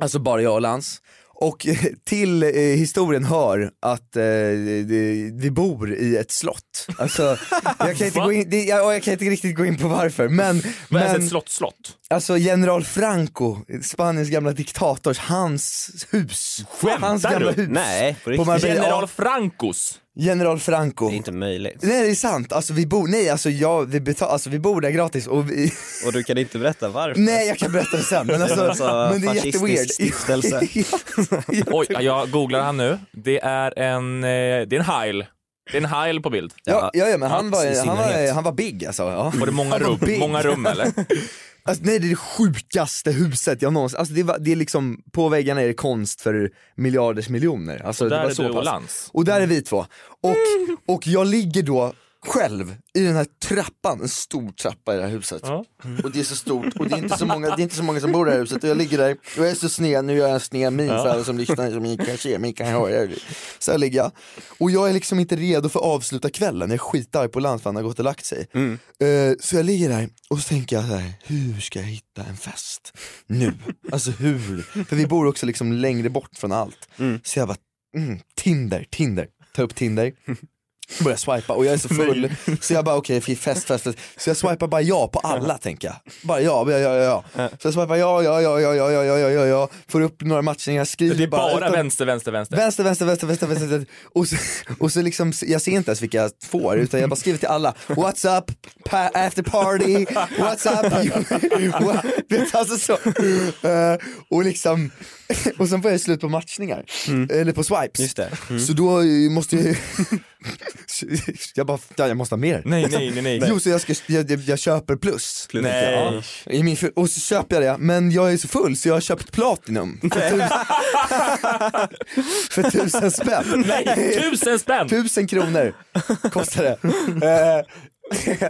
Speaker 7: alltså bara jag och Lans. Och eh, till eh, historien hör att eh, det- vi bor i ett slott. Alltså, jag kan inte, gå in, det, jag, jag kan inte riktigt gå in på varför men...
Speaker 6: Vad är
Speaker 7: men
Speaker 6: ett slott, slott?
Speaker 7: Alltså general Franco, Spaniens gamla diktators, hans hus. hans gamla hus.
Speaker 8: Nej, på
Speaker 7: på
Speaker 8: riktigt.
Speaker 7: Marbella. Ja.
Speaker 6: Francos.
Speaker 7: General Franco.
Speaker 8: Det är inte möjligt.
Speaker 7: Nej det är sant, alltså vi bor, nej alltså jag, vi betal, alltså vi bor där gratis och vi,
Speaker 8: Och du kan inte berätta varför.
Speaker 7: nej jag kan berätta det sen men alltså, men det är
Speaker 8: fascistisk
Speaker 7: jätteweird.
Speaker 8: stiftelse.
Speaker 6: Oj, jag googlar han nu. Det är en, eh, det är en heil. Det är en heil på bild.
Speaker 7: Ja, ja, ja men han var, han var,
Speaker 6: Sinnighet.
Speaker 7: han var big alltså. Ja.
Speaker 6: Var det många
Speaker 7: Han var
Speaker 6: rum-
Speaker 7: big.
Speaker 6: många rum, eller?
Speaker 7: Alltså, nej det är det sjukaste huset jag någonsin, alltså det, var, det är liksom, på väggarna är det konst för miljarders miljoner. Alltså,
Speaker 6: Och där
Speaker 7: det var
Speaker 6: är
Speaker 7: så
Speaker 6: du och
Speaker 7: pass.
Speaker 6: Lantz.
Speaker 7: Och där är vi två. Och, och jag ligger då själv i den här trappan, en stor trappa i det här huset. Och det är så stort och det är, inte så många, det är inte så många som bor i det här huset. Och jag ligger där och jag är så sned, nu gör jag en sned min
Speaker 13: Ja.
Speaker 7: så här, som liknar som ni kanske ser, ni kan höra. Så här ligger jag. Och jag är liksom inte redo för att avsluta kvällen, jag är skitarg på land för han har gått och lagt sig. Eh, så jag ligger där och så tänker jag så här, hur ska jag hitta en fest? Nu, alltså hur? För vi bor också liksom längre bort från allt. Så jag bara, mm, Tinder, Tinder, ta upp Tinder. Börjar swipa och jag är så full så jag bara okej fy, fest, fest, fest. Så jag swipar bara ja på alla tänker jag. Bara ja, ja, ja, ja. ja. Så jag swipar ja, ja, ja, ja, ja, ja, ja, ja, ja, ja. Får upp några matchningar, skriver
Speaker 6: Det är bara
Speaker 7: utan-
Speaker 6: vänster, vänster, vänster.
Speaker 7: Vänster, vänster, vänster, vänster, vänster. vänster. Och så, och så liksom, jag ser inte ens vilka jag får utan jag bara skriver till alla. What's up, pa- after party, what's up, you- what- Vet, alltså så. Eh, och liksom, och sen får jag slut på matchningar, eller på swipes.
Speaker 8: Mm. Just det. Mm.
Speaker 7: Så då eh, måste jag ju- jag bara, "Fan, jag måste ha mer.
Speaker 6: Nej, nej, nej, nej.
Speaker 7: Jo, så jag, ska, jag, jag, jag köper plus.
Speaker 6: Plus, Nej.
Speaker 7: Ja. I min, fr- och så köper jag det, men jag är så full så jag har köpt platinum. För tusen spänn.
Speaker 6: Nej, tusen spänn!
Speaker 7: Tusen kronor kostar det. Eh,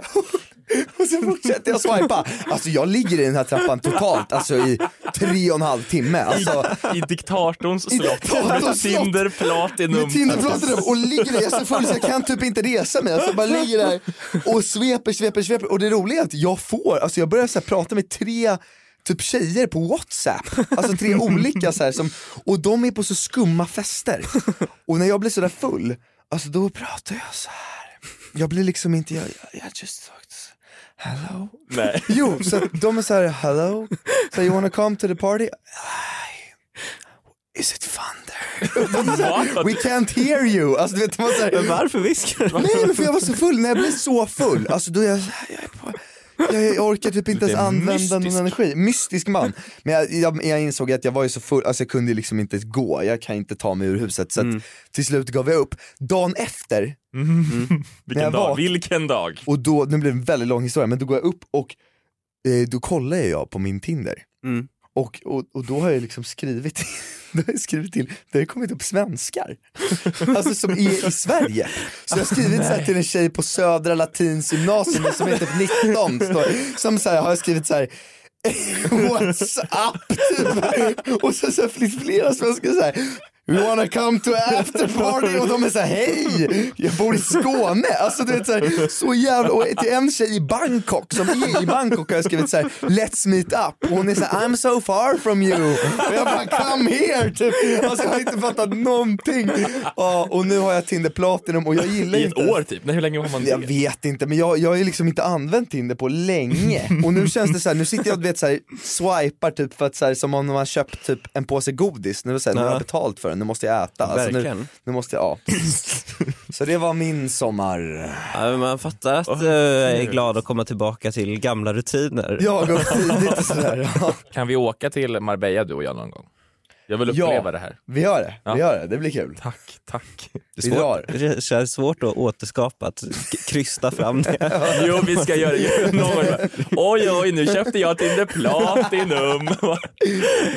Speaker 7: och så fortsätter jag swipa. Alltså jag ligger i den här trappan totalt, alltså i tre och en halv timme. Alltså,
Speaker 6: I, I diktatorns
Speaker 7: I
Speaker 6: slott.
Speaker 7: diktatorns slott.
Speaker 6: Tinder, platinum.
Speaker 7: med Tinderplatinum och ligger där, jag är så full så jag kan typ inte resa mig. Alltså jag bara ligger där och sveper, sveper, sveper. Och det roliga är att jag får, alltså jag börjar så här prata med tre typ tjejer på whatsapp, alltså tre olika så här som, och de är på så skumma fester. Och när jag blir sådär full, alltså då pratar jag så här. jag blir liksom inte, jag, jag, jag just talked, hello.
Speaker 6: Nej.
Speaker 7: Jo, så att de är så här, hello, so you wanna come to the party? Is it fun there? We can't hear you! Alltså, du vet, man så här,
Speaker 8: Men varför viskar du?
Speaker 7: Nej men för jag var så full, när jag blir så full, alltså då är jag, så här, jag, är på, jag, jag orkar typ inte ens
Speaker 8: Lite
Speaker 7: använda någon
Speaker 8: mystisk.
Speaker 7: energi. Mystisk man. Men jag, jag, jag insåg att jag var ju så full, alltså jag kunde liksom inte gå, jag kan inte ta mig ur huset. Så
Speaker 8: Mm.
Speaker 7: att, till slut gav jag upp. Dagen efter, när
Speaker 6: Vilken dag,
Speaker 7: jag vaknade,
Speaker 6: vilken dag.
Speaker 7: och då, nu blir det en väldigt lång historia, men då går jag upp och eh, då kollar jag på min Tinder. Och, och, och då har jag liksom skrivit, då har jag skrivit till, det har kommit upp svenskar. Alltså som är i Sverige. Så jag har skrivit så här till en tjej på Södra Latins gymnasium som är typ 19, står- som så här, har jag skrivit så här WhatsApp typ. Och så, så här, finns flera svenskar så här. We wanna come to after party och de är så här, hej, jag bor i Skåne. Alltså du vet så, här, så jävla, och till en tjej i Bangkok som är i Bangkok har jag skrivit så här, let's meet up. Och hon är så här, I'm so far from you. Och jag bara, come here typ. Alltså jag har inte fattat någonting. Ja, och nu har jag Tinder Platinum och jag gillar
Speaker 6: I ett
Speaker 7: inte ens-
Speaker 6: år typ. Nej, hur länge har man det?
Speaker 7: jag vet inte, men jag, jag har ju liksom inte använt Tinder på länge. Och nu känns det så här, nu sitter jag och du vet så här, swipar typ för att så här, som om man har köpt typ en påse godis, nu, är det så här, nu har jag
Speaker 8: Ja.
Speaker 7: betalt för den, nu måste jag äta. Alltså, nu,
Speaker 8: Verkligen.
Speaker 7: nu måste jag, ja. Så det var min sommar.
Speaker 8: Ja, men man fattar att du är glad att komma tillbaka till gamla rutiner.
Speaker 7: Jag går tidigt och sådär. Ja.
Speaker 6: Kan vi åka till Marbella du och jag någon gång? Jag vill
Speaker 7: Ja.
Speaker 6: uppleva det här.
Speaker 7: Vi gör det,
Speaker 6: Ja.
Speaker 7: vi gör det, det blir kul.
Speaker 6: Tack, tack.
Speaker 8: Det
Speaker 7: Vi drar.
Speaker 8: är svårt, det känns svårt att återskapa, att k- krysta fram det.
Speaker 6: Jo, vi ska göra det. Någon bara, oj, oj, nu köpte jag Tinder Platinum.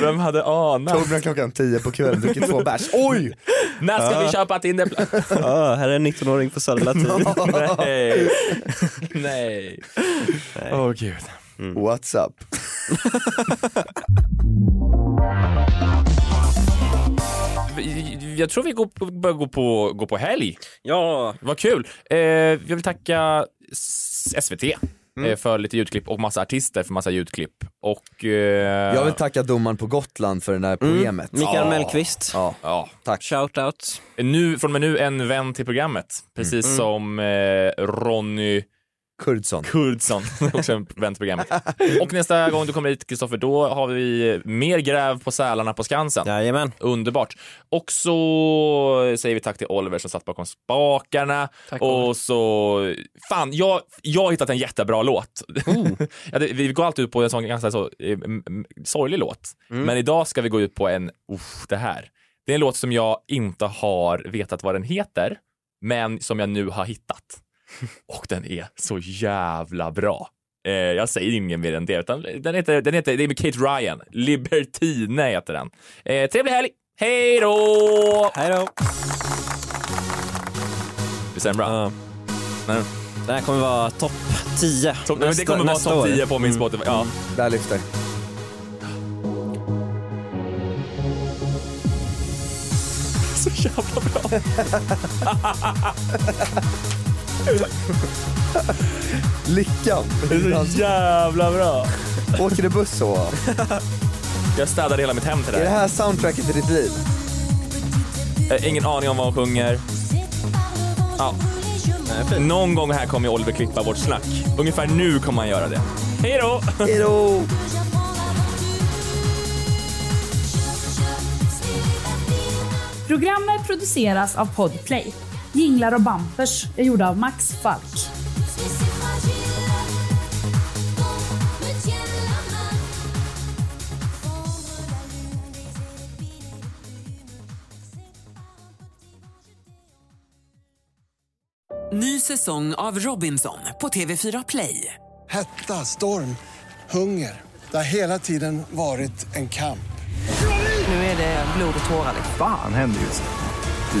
Speaker 6: Vem hade anat?
Speaker 7: Torbjörn klockan 10 på kvällen, druckit två bärs. Oj!
Speaker 6: När ska vi
Speaker 8: Ja.
Speaker 6: köpa Tinder?
Speaker 8: Ja, här är en 19-åring på Södra Latin.
Speaker 6: Nej. Nej.
Speaker 7: Åh gud. What's up?
Speaker 6: Vi- Jag tror vi går, på- börjar gå på, gå på helg. Ja. Vad kul. Eh, jag vill tacka S- SVT.
Speaker 7: Mm.
Speaker 6: eh, för lite ljudklipp och massa artister för massa ljudklipp. Och, eh,
Speaker 7: Jag vill tacka domaren på Gotland för det där poemet.
Speaker 6: Ja.
Speaker 7: Ja.
Speaker 6: Ja.
Speaker 7: Tack.
Speaker 8: Shoutout.
Speaker 6: Nu, från och med nu en vän till programmet, precis
Speaker 7: Mm.
Speaker 6: som eh, Ronny
Speaker 7: Kurdsson.
Speaker 6: Kurdsson, också en vän till programmet. Och nästa gång du kommer hit Kristoffer, då har vi mer gräv på sälarna på Skansen.
Speaker 8: Jajamän.
Speaker 6: Underbart. Och så säger vi tack till Oliver som satt bakom spakarna.
Speaker 8: Tack, Oliver.
Speaker 6: och så, fan, jag, jag har hittat en jättebra låt.
Speaker 8: Oh.
Speaker 6: ja, det, vi går alltid ut på en sån ganska så, eh, m- m- sorglig låt,
Speaker 8: Mm.
Speaker 6: men idag ska vi gå ut på en, uff, det här. Det är en låt som jag inte har vetat vad den heter, men som jag nu har hittat. Och den är så jävla bra. Eh, jag säger inget mer än det, utan den heter, den heter, det är med Kate Ryan. Libertine heter den. Eh, trevlig helg! Hej då!
Speaker 8: Hej då!
Speaker 6: Det stämmer bra. Nej.
Speaker 8: Det här kommer vara topp 10
Speaker 6: Topp- nej, men det kommer vara
Speaker 8: nästa
Speaker 6: topp
Speaker 8: år. Mm.
Speaker 6: 10 på min Spotify. Ja.
Speaker 7: Där lyfter.
Speaker 6: Så jävla bra.
Speaker 7: Lyckan.
Speaker 6: Det är så jävla bra.
Speaker 7: Åker du buss så?
Speaker 6: Jag städade hela mitt hem till det
Speaker 7: Är det
Speaker 6: här.
Speaker 7: här soundtracket till ditt liv?
Speaker 6: Eh, ingen aning om vad hon sjunger. Ja. Någon gång här kommer ju Oliver klippa vårt snack. Ungefär nu kommer han göra det. Hej då!
Speaker 7: Hej då!
Speaker 5: Programmet produceras av Podplay. Jinglar och bampers är gjorda av Max Falk.
Speaker 1: Ny säsong av Robinson på TV4 Play.
Speaker 2: Hetta, storm, hunger. Det har hela tiden varit en kamp.
Speaker 1: Nu är det blod och tårar. liksom.
Speaker 3: Fan händer just nu.